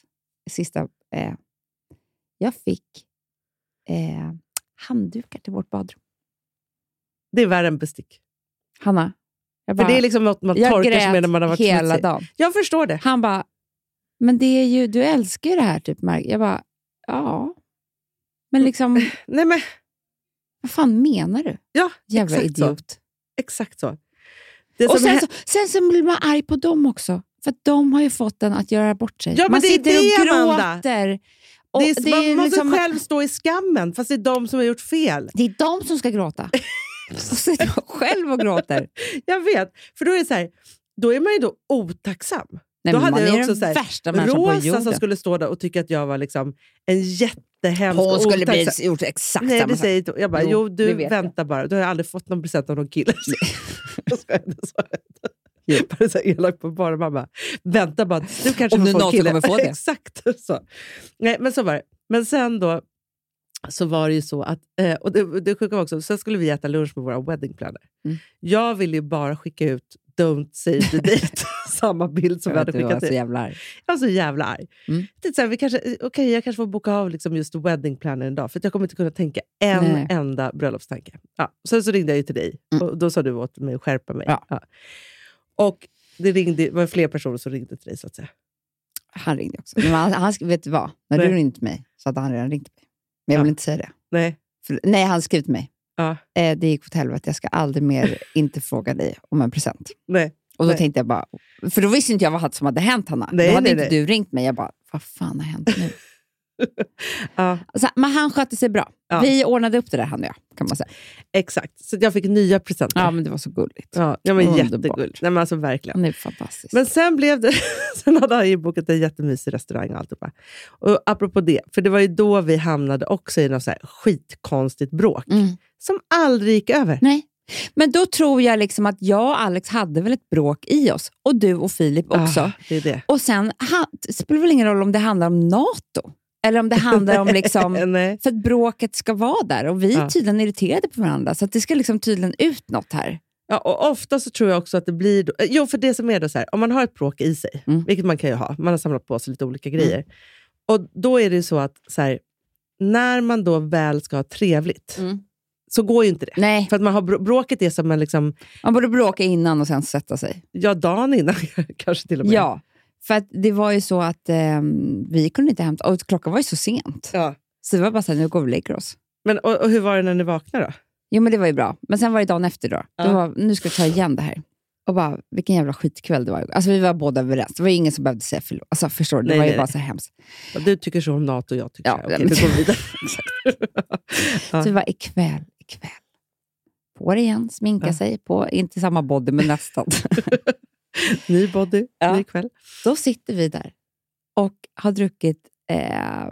[SPEAKER 8] Sista. Eh, jag fick eh, handdukar till vårt badrum.
[SPEAKER 9] Det är värre än bestick.
[SPEAKER 8] Hanna. jag bara-
[SPEAKER 9] För det är liksom något man
[SPEAKER 8] jag
[SPEAKER 9] torkar sig
[SPEAKER 8] grät
[SPEAKER 9] med när man har varit
[SPEAKER 8] hela
[SPEAKER 9] smutsig.
[SPEAKER 8] dagen.
[SPEAKER 9] Jag förstår det.
[SPEAKER 8] Han bara, men det är ju, du älskar ju det här. Typ, Mark. jag bara, ja.
[SPEAKER 9] Mm.
[SPEAKER 8] Men liksom,
[SPEAKER 9] Nej, men,
[SPEAKER 8] vad fan menar du?
[SPEAKER 9] Ja,
[SPEAKER 8] Jävla
[SPEAKER 9] exakt
[SPEAKER 8] idiot.
[SPEAKER 9] Så. Exakt så. Det
[SPEAKER 8] Och
[SPEAKER 9] som
[SPEAKER 8] sen,
[SPEAKER 9] hä-
[SPEAKER 8] så, sen så blir man arg på dem också. För att de har ju fått den att göra bort sig.
[SPEAKER 9] Ja, men
[SPEAKER 8] man
[SPEAKER 9] det är
[SPEAKER 8] sitter
[SPEAKER 9] det,
[SPEAKER 8] och
[SPEAKER 9] Amanda.
[SPEAKER 8] gråter. Och
[SPEAKER 9] det är, man måste
[SPEAKER 8] liksom-
[SPEAKER 9] själv stå i skammen, fast det är de som har gjort fel.
[SPEAKER 8] Det är de som ska gråta. och sitter man själv och gråter.
[SPEAKER 9] Jag vet, för då är det så här, då är man ju då otacksam.
[SPEAKER 8] Nej,
[SPEAKER 9] då
[SPEAKER 8] men man
[SPEAKER 9] jag
[SPEAKER 8] är den värsta människan på
[SPEAKER 9] Rosa som
[SPEAKER 8] jorden.
[SPEAKER 9] skulle stå där och tycka att jag var liksom en jättehemsk
[SPEAKER 8] Hon
[SPEAKER 9] och
[SPEAKER 8] skulle bli-
[SPEAKER 9] otacksam.
[SPEAKER 8] gjort exakt
[SPEAKER 9] Nej,
[SPEAKER 8] samma
[SPEAKER 9] det
[SPEAKER 8] sak.
[SPEAKER 9] säger inte. Jag bara, jo,
[SPEAKER 8] Jo,
[SPEAKER 9] du
[SPEAKER 8] det vet
[SPEAKER 9] vänta bara. Du har jag aldrig fått någon present av någon kille. Då sa jag det, så sa jag det. Bara så här elak på bara mamma. Vänta bara, du kanske
[SPEAKER 8] Om
[SPEAKER 9] får
[SPEAKER 8] du
[SPEAKER 9] få en
[SPEAKER 8] någonsin
[SPEAKER 9] kille.
[SPEAKER 8] kommer få det.
[SPEAKER 9] Exakt så. Nej, men så var det. Men sen då så var det ju så att, eh, och det, det sjuka var också, sen skulle vi äta lunch med våra wedding planner.
[SPEAKER 8] Mm.
[SPEAKER 9] Jag ville ju bara skicka ut Don't say the date, samma bild som vi
[SPEAKER 8] Jag vet,
[SPEAKER 9] hade
[SPEAKER 8] du var
[SPEAKER 9] skickat
[SPEAKER 8] så
[SPEAKER 9] ut.
[SPEAKER 8] jävla arg.
[SPEAKER 9] Jag var så jävla arg. Tänkte så här, vi kanske, eh, okej, jag kanske får boka av liksom just wedding planner en dag, för att jag kommer inte kunna tänka en
[SPEAKER 10] Nej.
[SPEAKER 9] enda bröllopstanke. Ja, sen så ringde jag ju till dig och då sa du åt mig att skärpa mig. Ja. Och det ringde, var fler personer som ringde till dig, så att säga.
[SPEAKER 8] Han ringde också. Men han, han, sk- vet du vad? När
[SPEAKER 9] Nej.
[SPEAKER 8] du ringde till mig så hade han redan ringt mig. Men jag vill inte säga det.
[SPEAKER 9] Nej.
[SPEAKER 8] För, nej, han skrev till mig.
[SPEAKER 9] Ja.
[SPEAKER 8] Eh, det gick åt helvete. Jag ska aldrig mer inte fråga dig om en present.
[SPEAKER 9] Nej.
[SPEAKER 8] Och då
[SPEAKER 9] Nej.
[SPEAKER 8] tänkte jag bara, för då visste inte jag vad som hade hänt Hanna.
[SPEAKER 9] Nej,
[SPEAKER 8] då hade
[SPEAKER 9] nej,
[SPEAKER 8] inte
[SPEAKER 9] nej.
[SPEAKER 8] du ringt mig. Jag bara, vad fan har hänt nu? Så, men han skötte sig bra.
[SPEAKER 9] Ja.
[SPEAKER 8] Vi ordnade upp det där, han och jag. Kan man säga.
[SPEAKER 9] Exakt, så jag fick nya presenter.
[SPEAKER 8] Ja, men det var så gulligt.
[SPEAKER 9] Ja, ja men
[SPEAKER 8] Underbart.
[SPEAKER 9] jättegulligt. Nej, men alltså verkligen.
[SPEAKER 8] Det är fantastiskt.
[SPEAKER 9] Men sen blev det, sen hade han ju bokat en jättemysig restaurang och alltihopa. Och apropå det, för det var ju då vi hamnade också i något så här skitkonstigt bråk. Som aldrig gick över.
[SPEAKER 8] Mm, Nej. Men då tror jag liksom att jag och Alex hade väl ett bråk i oss. Och du och Filip också.
[SPEAKER 9] Ah, det är det.
[SPEAKER 8] Och sen ha, det spelar väl ingen roll om det handlar om NATO. Eller om det handlar om... liksom
[SPEAKER 9] Nej.
[SPEAKER 8] För att bråket ska vara där. Och vi är
[SPEAKER 9] Ja.
[SPEAKER 8] tydligen irriterade på varandra. Så att det ska liksom tydligen ut något här.
[SPEAKER 9] Ja, och ofta så tror jag också att det blir... Då, eh, jo, för det som är då så här, om man har ett bråk i sig, vilket man kan ju ha, man har samlat på sig lite olika grejer. Och då är det ju så att så här, när man då väl ska ha trevligt, så går ju inte det. För att man har, br- bråket är som en... Liksom,
[SPEAKER 8] man borde bråka innan och sen sätta sig.
[SPEAKER 9] Ja, dagen innan kanske till och med.
[SPEAKER 8] Ja, för att det var ju så att eh, vi kunde inte hämta... Och klockan var ju så sent. Så det var bara så här, nu går vi och lägger oss.
[SPEAKER 9] Men, och, och hur var det när ni vaknade då?
[SPEAKER 8] Jo, men det var ju bra. Men sen var det dagen efter då.
[SPEAKER 9] Ja.
[SPEAKER 8] då var, nu ska vi ta igen det här. Och bara, vilken jävla skitkväll det var. Alltså vi var båda överens. Det var ju ingen som behövde säga förlåt. Alltså förstår du? Det
[SPEAKER 9] Nej,
[SPEAKER 8] var ju
[SPEAKER 9] nej,
[SPEAKER 8] bara
[SPEAKER 9] nej.
[SPEAKER 8] så här hemskt.
[SPEAKER 9] Ja, Du tycker så om NATO och jag tycker så här. Okej,
[SPEAKER 8] men-
[SPEAKER 9] vi går vidare.
[SPEAKER 8] Så vi var ikväll, ikväll. På det igen, sminka
[SPEAKER 9] Ja.
[SPEAKER 8] sig. På, inte samma body, men nästan.
[SPEAKER 9] ny body, ny kväll.
[SPEAKER 8] Då sitter vi där och har druckit eh,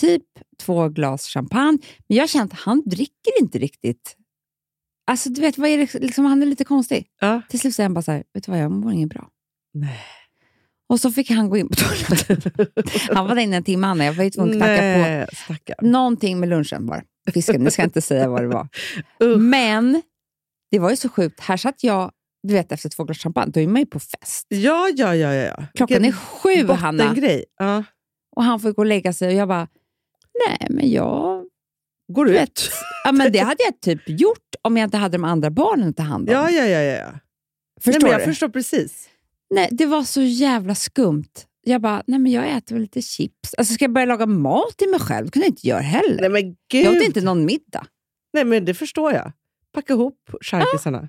[SPEAKER 8] typ två glas champagne. Men jag känner att han dricker inte riktigt. Alltså, du vet, vad är det, liksom, han är lite konstig. Till slut säger han bara så här, vet du vad, jag mår inget bra.
[SPEAKER 9] Nej.
[SPEAKER 8] Och så fick han gå in på toaletten. han var där inne en timme, Anna. Jag var ju tvungen att
[SPEAKER 9] Nej,
[SPEAKER 8] knacka på.
[SPEAKER 9] stackarn.
[SPEAKER 8] Någonting med lunchen bara. Fisken, nu ska jag inte säga vad det var. Men det var ju så sjukt. Här satt jag, du vet efter två glas champagne, då är man ju på fest.
[SPEAKER 9] Ja, ja, ja. ja, ja.
[SPEAKER 8] Klockan är sju, Hanna.
[SPEAKER 9] Grej.
[SPEAKER 8] Och han får gå och lägga sig och jag bara, nej men jag...
[SPEAKER 9] Går du
[SPEAKER 8] ut? Ja, men det hade jag typ gjort om jag inte hade de andra barnen att ta hand om.
[SPEAKER 9] Ja, ja, ja. ja, ja.
[SPEAKER 8] Förstår
[SPEAKER 9] Nej, men jag
[SPEAKER 8] du?
[SPEAKER 9] förstår precis.
[SPEAKER 8] Nej, det var så jävla skumt. Jag bara, nej men jag äter väl lite chips. Alltså ska jag börja laga mat till mig själv? Det kunde jag inte göra heller.
[SPEAKER 9] Nej, men
[SPEAKER 8] Jag åt
[SPEAKER 9] gud.
[SPEAKER 8] inte någon middag.
[SPEAKER 9] Nej, men det förstår jag. Packa ihop charkisarna.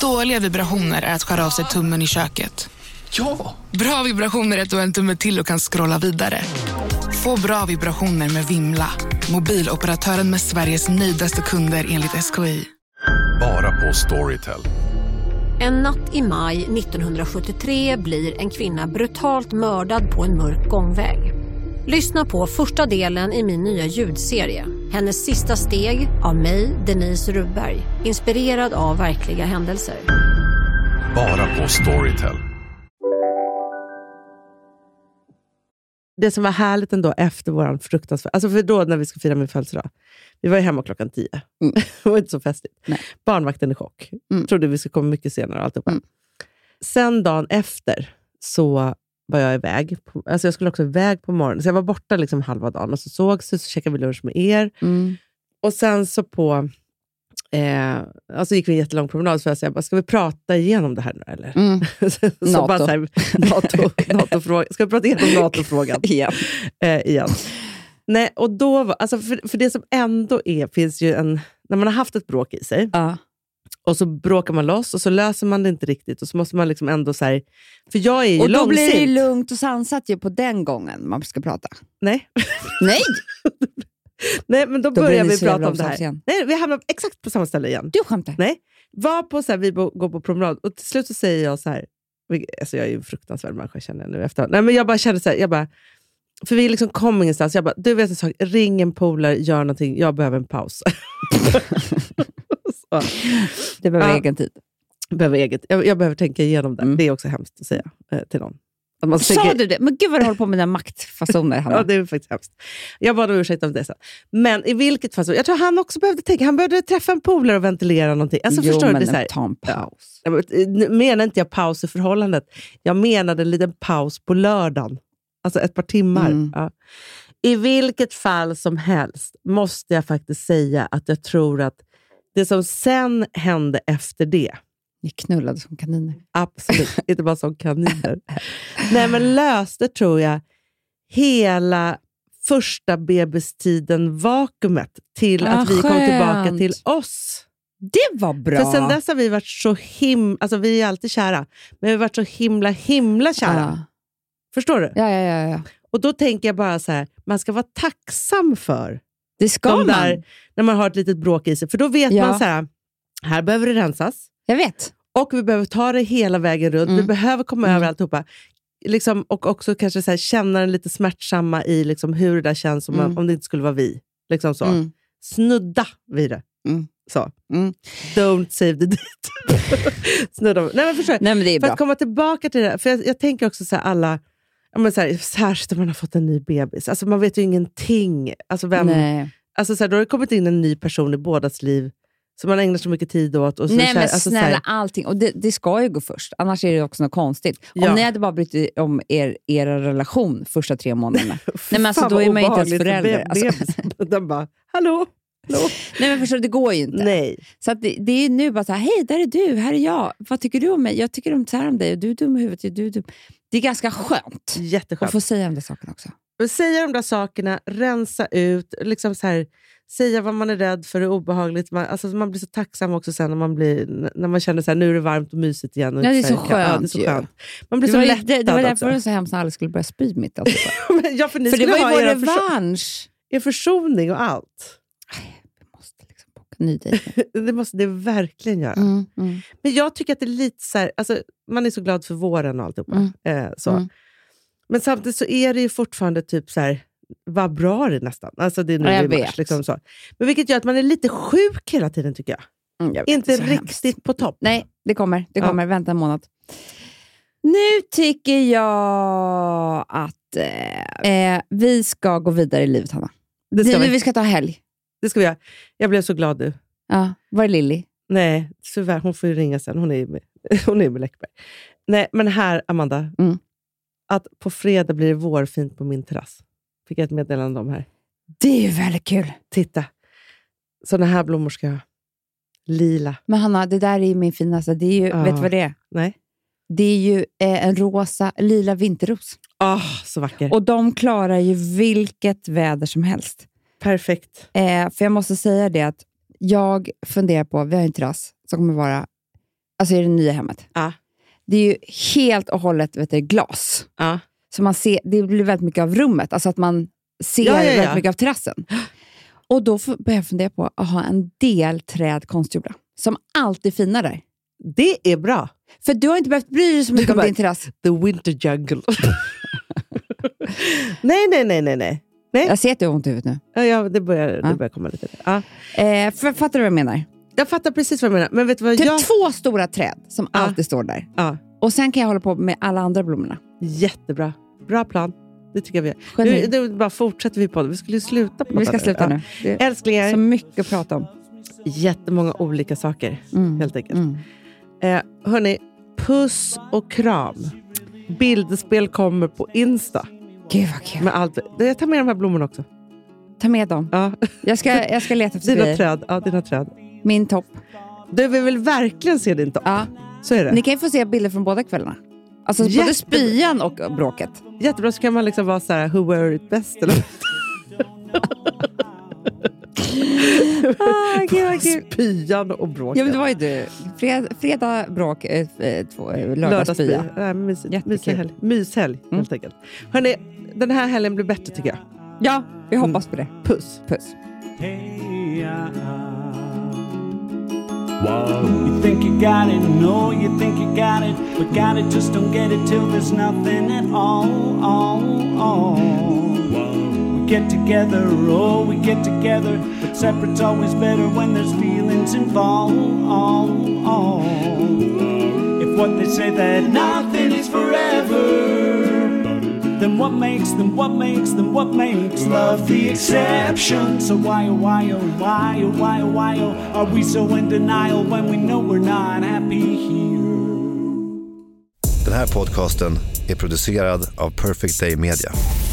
[SPEAKER 2] Dåliga vibrationer är att skära av sig tummen i köket. Ja! Bra vibrationer är att du har en tumme till och kan scrolla vidare. Få bra vibrationer med Vimla. Mobiloperatören med Sveriges nöjdaste kunder enligt SKI.
[SPEAKER 12] Bara på Storytel.
[SPEAKER 7] En natt i maj 1973 blir en kvinna brutalt mördad på en mörk gångväg. Lyssna på första delen i min nya ljudserie. Hennes sista steg av mig, Denise Rubberg. Inspirerad av verkliga händelser.
[SPEAKER 12] Bara på Storytel.
[SPEAKER 9] Det som var härligt ändå efter vår fruktansvärda... Alltså för då när vi skulle fira min födelsedag. Vi var ju hemma klockan tio.
[SPEAKER 8] Mm.
[SPEAKER 9] det var inte så festligt. Barnvakten i chock. Trodde vi skulle komma mycket senare och alltihopa.
[SPEAKER 8] Mm.
[SPEAKER 9] Sen dagen efter så var jag iväg. På, alltså jag skulle också iväg på morgonen. Så jag var borta liksom halva dagen och så sågs vi så käkade vi lunch med er.
[SPEAKER 8] Mm,
[SPEAKER 9] Och sen så på... Eh, alltså gick vi en jättelång promenad så jag sa, jag bara, ska vi prata igenom det här nu eller?
[SPEAKER 8] mm.
[SPEAKER 9] så
[SPEAKER 10] NATO.
[SPEAKER 9] Bara så här, NATO, NATO-fråga. Ska vi prata igenom NATO-frågan?
[SPEAKER 8] igen.
[SPEAKER 9] Eh, igen. Nej, och då var, alltså för, för det som ändå är, finns ju en... När man har haft ett bråk i sig och så bråkar man loss och så löser man det inte riktigt och så måste man liksom ändå så här... För jag är ju
[SPEAKER 8] Och då
[SPEAKER 9] långsint.
[SPEAKER 8] blir det ju lugnt och sansat ju på den gången man ska prata.
[SPEAKER 9] Nej.
[SPEAKER 8] Nej!
[SPEAKER 9] Nej, men då,
[SPEAKER 8] Då blir
[SPEAKER 9] börjar
[SPEAKER 8] vi
[SPEAKER 9] vi
[SPEAKER 8] så
[SPEAKER 9] prata
[SPEAKER 8] jävla
[SPEAKER 9] om det här.
[SPEAKER 8] osams igen.
[SPEAKER 9] Nej, vi hamnar exakt på samma ställe igen.
[SPEAKER 8] Du skämtar?
[SPEAKER 9] Nej. Var på så här, vi bo- går på promenad och till slut så säger jag så här, vilk- alltså jag är ju en fruktansvärd människa känner jag nu efteråt. Nej, men jag bara kände så här, jag bara, för vi liksom kom ingenstans. Jag bara, du vet en sak, ring en polare, gör någonting, jag behöver en paus. så.
[SPEAKER 8] Det behöver egen tid.
[SPEAKER 9] Behöver eget. Jag, jag behöver tänka igenom det. Det är också hemskt att säga eh, till någon. Att man
[SPEAKER 8] Mm. Sa
[SPEAKER 9] tänker-
[SPEAKER 8] du det? Men gud vad du håller på med dina maktfasoner, Hanna.
[SPEAKER 9] Ja, det är faktiskt hemskt. Jag bad om ursäkt om det sen. Men i vilket fall så, jag tror han också behövde tänka, han behövde träffa en polare och ventilera någonting. Alltså,
[SPEAKER 8] Jo,
[SPEAKER 9] förstår du,
[SPEAKER 8] men
[SPEAKER 9] det är så här,
[SPEAKER 8] ta en paus.
[SPEAKER 9] Ja, men, eh, nu menar inte jag paus i
[SPEAKER 8] Mm.
[SPEAKER 9] förhållandet. Jag menade en liten paus på lördagen. Alltså ett par timmar. Ja. I vilket fall som helst måste jag faktiskt säga att jag tror att det som sen hände efter det...
[SPEAKER 8] Ni knullade som kaniner.
[SPEAKER 9] Absolut, inte bara som kaniner. Nej, men löste, tror jag, hela första bebistiden-vakuumet till
[SPEAKER 8] Ah,
[SPEAKER 9] att vi kom tillbaka
[SPEAKER 8] skönt.
[SPEAKER 9] till oss.
[SPEAKER 8] Det var bra!
[SPEAKER 9] För sen dess har vi varit så himla... Alltså vi är alltid kära, men vi har varit så himla, himla kära. Förstår du?
[SPEAKER 8] Ja, ja, ja, ja.
[SPEAKER 9] Och då tänker jag bara så här, man ska vara tacksam för
[SPEAKER 8] det ska
[SPEAKER 9] de
[SPEAKER 8] man.
[SPEAKER 9] där, när man har ett litet bråk i sig. För då vet
[SPEAKER 8] Ja.
[SPEAKER 9] man så här, här behöver det rensas.
[SPEAKER 8] Jag vet.
[SPEAKER 9] Och vi behöver ta det hela vägen runt.
[SPEAKER 8] Mm.
[SPEAKER 9] Vi behöver komma över alltihopa. Liksom, och också kanske så här, känna den lite smärtsamma i liksom, hur det där känns om, man-
[SPEAKER 8] Mm.
[SPEAKER 9] om det inte skulle vara vi. Liksom så.
[SPEAKER 8] Mm.
[SPEAKER 9] Snudda vid det. Så. Don't save the date. Snudda. Nej, men förstår, du?
[SPEAKER 8] Nej, men det är
[SPEAKER 9] för
[SPEAKER 8] bra.
[SPEAKER 9] att komma tillbaka till det där, för jag, jag tänker också så här, alla, ja, men så här, särskilt om man har fått en ny bebis, alltså, man vet ju ingenting. Alltså, vem,
[SPEAKER 8] Nej.
[SPEAKER 9] alltså, så här, då har det kommit in en ny person i bådas liv som man ägnar så mycket tid åt. Och så,
[SPEAKER 8] Nej
[SPEAKER 9] så här,
[SPEAKER 8] men
[SPEAKER 9] alltså, så här-
[SPEAKER 8] snälla, allting. Och det, det ska ju gå först, annars är det också något konstigt.
[SPEAKER 9] Ja.
[SPEAKER 8] Om ni hade bara brytt er om er, era relation första tre månaderna, Nej, men alltså,
[SPEAKER 9] Fan,
[SPEAKER 8] då
[SPEAKER 9] vad
[SPEAKER 8] är man ju inte ens
[SPEAKER 9] obehagligt för be-
[SPEAKER 8] förälder. Alltså,
[SPEAKER 9] bebisen. Den bara, hallå? hallå.
[SPEAKER 8] Nej, men förstår, du, det går ju inte.
[SPEAKER 9] Nej.
[SPEAKER 8] Så att det, det är nu bara så här, hej, där är du, här är jag. Vad tycker du om mig? Jag tycker om så här om dig och du är dum i huvudet. Du är dum. Det är ganska skönt
[SPEAKER 9] Jätteskönt.
[SPEAKER 8] att få säga de där sakerna också.
[SPEAKER 9] Och Säga de där sakerna, rensa ut, liksom så här, säga vad man är rädd för, det är obehagligt. Man, alltså, man blir så tacksam också sen när man, blir, när man känner att nu är det varmt och mysigt igen. Och
[SPEAKER 8] Ja, det är
[SPEAKER 9] inte
[SPEAKER 8] så
[SPEAKER 9] här- ja, det är
[SPEAKER 8] skönt
[SPEAKER 9] så
[SPEAKER 8] ju.
[SPEAKER 9] skönt. Man blir
[SPEAKER 8] det,
[SPEAKER 9] så
[SPEAKER 8] var, ju-
[SPEAKER 9] lättad
[SPEAKER 8] det, det var därför
[SPEAKER 9] också.
[SPEAKER 8] det var så hemskt när alla skulle börja spy mitt allt.
[SPEAKER 9] Men, ja, för ni
[SPEAKER 8] För det
[SPEAKER 9] skulle
[SPEAKER 8] var ju
[SPEAKER 9] ha
[SPEAKER 8] vår
[SPEAKER 9] era förso-
[SPEAKER 8] revansch.
[SPEAKER 9] Er försoning och allt.
[SPEAKER 8] liksom Ny
[SPEAKER 9] det måste det verkligen göra.
[SPEAKER 8] Mm, mm.
[SPEAKER 9] Men jag tycker att det är lite så här, alltså, man är så glad för våren och alltihopa.
[SPEAKER 8] Mm.
[SPEAKER 9] Eh, så.
[SPEAKER 8] Mm.
[SPEAKER 9] Men samtidigt så är det ju fortfarande typ så här, vad bra det är nästan. Alltså det är nu
[SPEAKER 8] Ja, jag
[SPEAKER 9] i mars.
[SPEAKER 8] vet.
[SPEAKER 9] Liksom så. Men vilket gör att man är lite sjuk hela tiden tycker jag.
[SPEAKER 8] jag vet,
[SPEAKER 9] Mm. Inte
[SPEAKER 8] så
[SPEAKER 9] riktigt på topp.
[SPEAKER 8] Nej, det kommer. Det
[SPEAKER 9] Ja.
[SPEAKER 8] kommer. Vänta en månad. Nu tycker jag att eh, eh, vi ska gå vidare i livet, Hanna.
[SPEAKER 9] Det ska
[SPEAKER 8] Nej,
[SPEAKER 9] vi.
[SPEAKER 8] men vi ska ta helg.
[SPEAKER 9] Det ska vi göra. Jag blev så glad nu.
[SPEAKER 8] Ja, var är Lilly?
[SPEAKER 9] Nej, tyvärr. Hon får ju ringa sen. Hon är ju med, hon är ju med Läckberg. Nej, men här, Amanda.
[SPEAKER 8] Mm.
[SPEAKER 9] Att på fredag blir det vårfint på min terrass. Fick jag ett meddelande om här.
[SPEAKER 8] Det är ju väldigt kul.
[SPEAKER 9] Titta. Sådana här blommor ska jag ha. Lila.
[SPEAKER 8] Men Hanna, det där är ju min finaste. Det är ju,
[SPEAKER 9] Ja.
[SPEAKER 8] Vet du vad det är?
[SPEAKER 9] Nej.
[SPEAKER 8] Det är ju eh, en rosa, lila vinterros.
[SPEAKER 9] Ah, så vacker.
[SPEAKER 8] Och de klarar ju vilket väder som helst.
[SPEAKER 9] Perfekt.
[SPEAKER 8] Eh, för jag måste säga det att jag funderar på, vi har ju en terrass som kommer vara alltså i det nya hemmet. Det är ju helt och hållet vet du, glas. Så man ser, det blir väldigt mycket av rummet, alltså att man ser
[SPEAKER 9] Ja, ja, ja.
[SPEAKER 8] väldigt mycket av terrassen. Och då får- börjar jag fundera på att ha en del träd konstgjorda, som alltid är fina där.
[SPEAKER 9] Det är bra.
[SPEAKER 8] För du har inte behövt bry dig så mycket om
[SPEAKER 9] bara,
[SPEAKER 8] din terrass.
[SPEAKER 9] The winter jungle. nej, nej, nej, nej, nej. nej.
[SPEAKER 8] Jag ser att du har ont i huvudet nu.
[SPEAKER 9] Ja, ja, det, börjar, det börjar komma lite. Ja.
[SPEAKER 8] Eh, för, fattar du vad jag menar?
[SPEAKER 9] Jag fattar precis vad du menar. Men vet du vad
[SPEAKER 8] typ
[SPEAKER 9] jag...
[SPEAKER 8] två stora träd som alltid står där. Och sen kan jag hålla på med alla andra blommorna.
[SPEAKER 9] Jättebra. Bra plan. Det tycker jag vi gör. Nu,
[SPEAKER 8] Geni.
[SPEAKER 9] nu bara fortsätter vi på det. Vi skulle ju sluta prata
[SPEAKER 8] Vi ska sluta nu.
[SPEAKER 9] Ja.
[SPEAKER 8] Det-
[SPEAKER 9] Älsklingar.
[SPEAKER 8] Så mycket att prata om.
[SPEAKER 9] Jättemånga olika saker,
[SPEAKER 8] Mm.
[SPEAKER 9] helt enkelt. Eh, hörni, puss och kram. Bildspel kommer på Insta.
[SPEAKER 8] Gud vad kul.
[SPEAKER 9] Med allt. Jag tar med de här blommorna också.
[SPEAKER 8] Ta med dem.
[SPEAKER 9] Ja.
[SPEAKER 8] Jag ska, jag ska leta efter
[SPEAKER 9] Dina
[SPEAKER 8] grejer.
[SPEAKER 9] träd. Ja, dina träd.
[SPEAKER 8] Min topp.
[SPEAKER 9] Du vi vill verkligen se din topp.
[SPEAKER 8] Ja.
[SPEAKER 9] Så är det.
[SPEAKER 8] Ni kan ju få se bilder från båda kvällarna. Alltså både
[SPEAKER 9] Jättebra.
[SPEAKER 8] spyan och bråket.
[SPEAKER 9] Jättebra, så kan man liksom vara så här, who were it best? Eller?
[SPEAKER 8] Ah, gud, vad kul.
[SPEAKER 9] Spyan och bråket.
[SPEAKER 8] Ja, men det var ju du. Fred, fredag bråk, eh, eh, två, eh, lördag
[SPEAKER 9] Lördagsspya.
[SPEAKER 8] spya.
[SPEAKER 9] Nej, men mysigt.
[SPEAKER 8] Jättekul. Mm.
[SPEAKER 9] Mysig helg. Myshelg, helt enkelt. Hörni, den här helgen blir bättre tycker jag.
[SPEAKER 8] Ja, vi hoppas på det.
[SPEAKER 9] Puss.
[SPEAKER 8] Puss.
[SPEAKER 13] You think you got it, no, you think you got it, but got it, just don't get it till there's nothing at all, all, all. We get together, oh, we get together, but separate's always better when there's feelings involved, all, all. If what they say that nothing is forever, then what makes, then what makes, then what makes love the exception? So why, oh, why, oh, why, oh, why, oh, why, oh, are we so in denial when we know we're not happy here?
[SPEAKER 1] Den här podcasten är producerad av Perfect Day Media.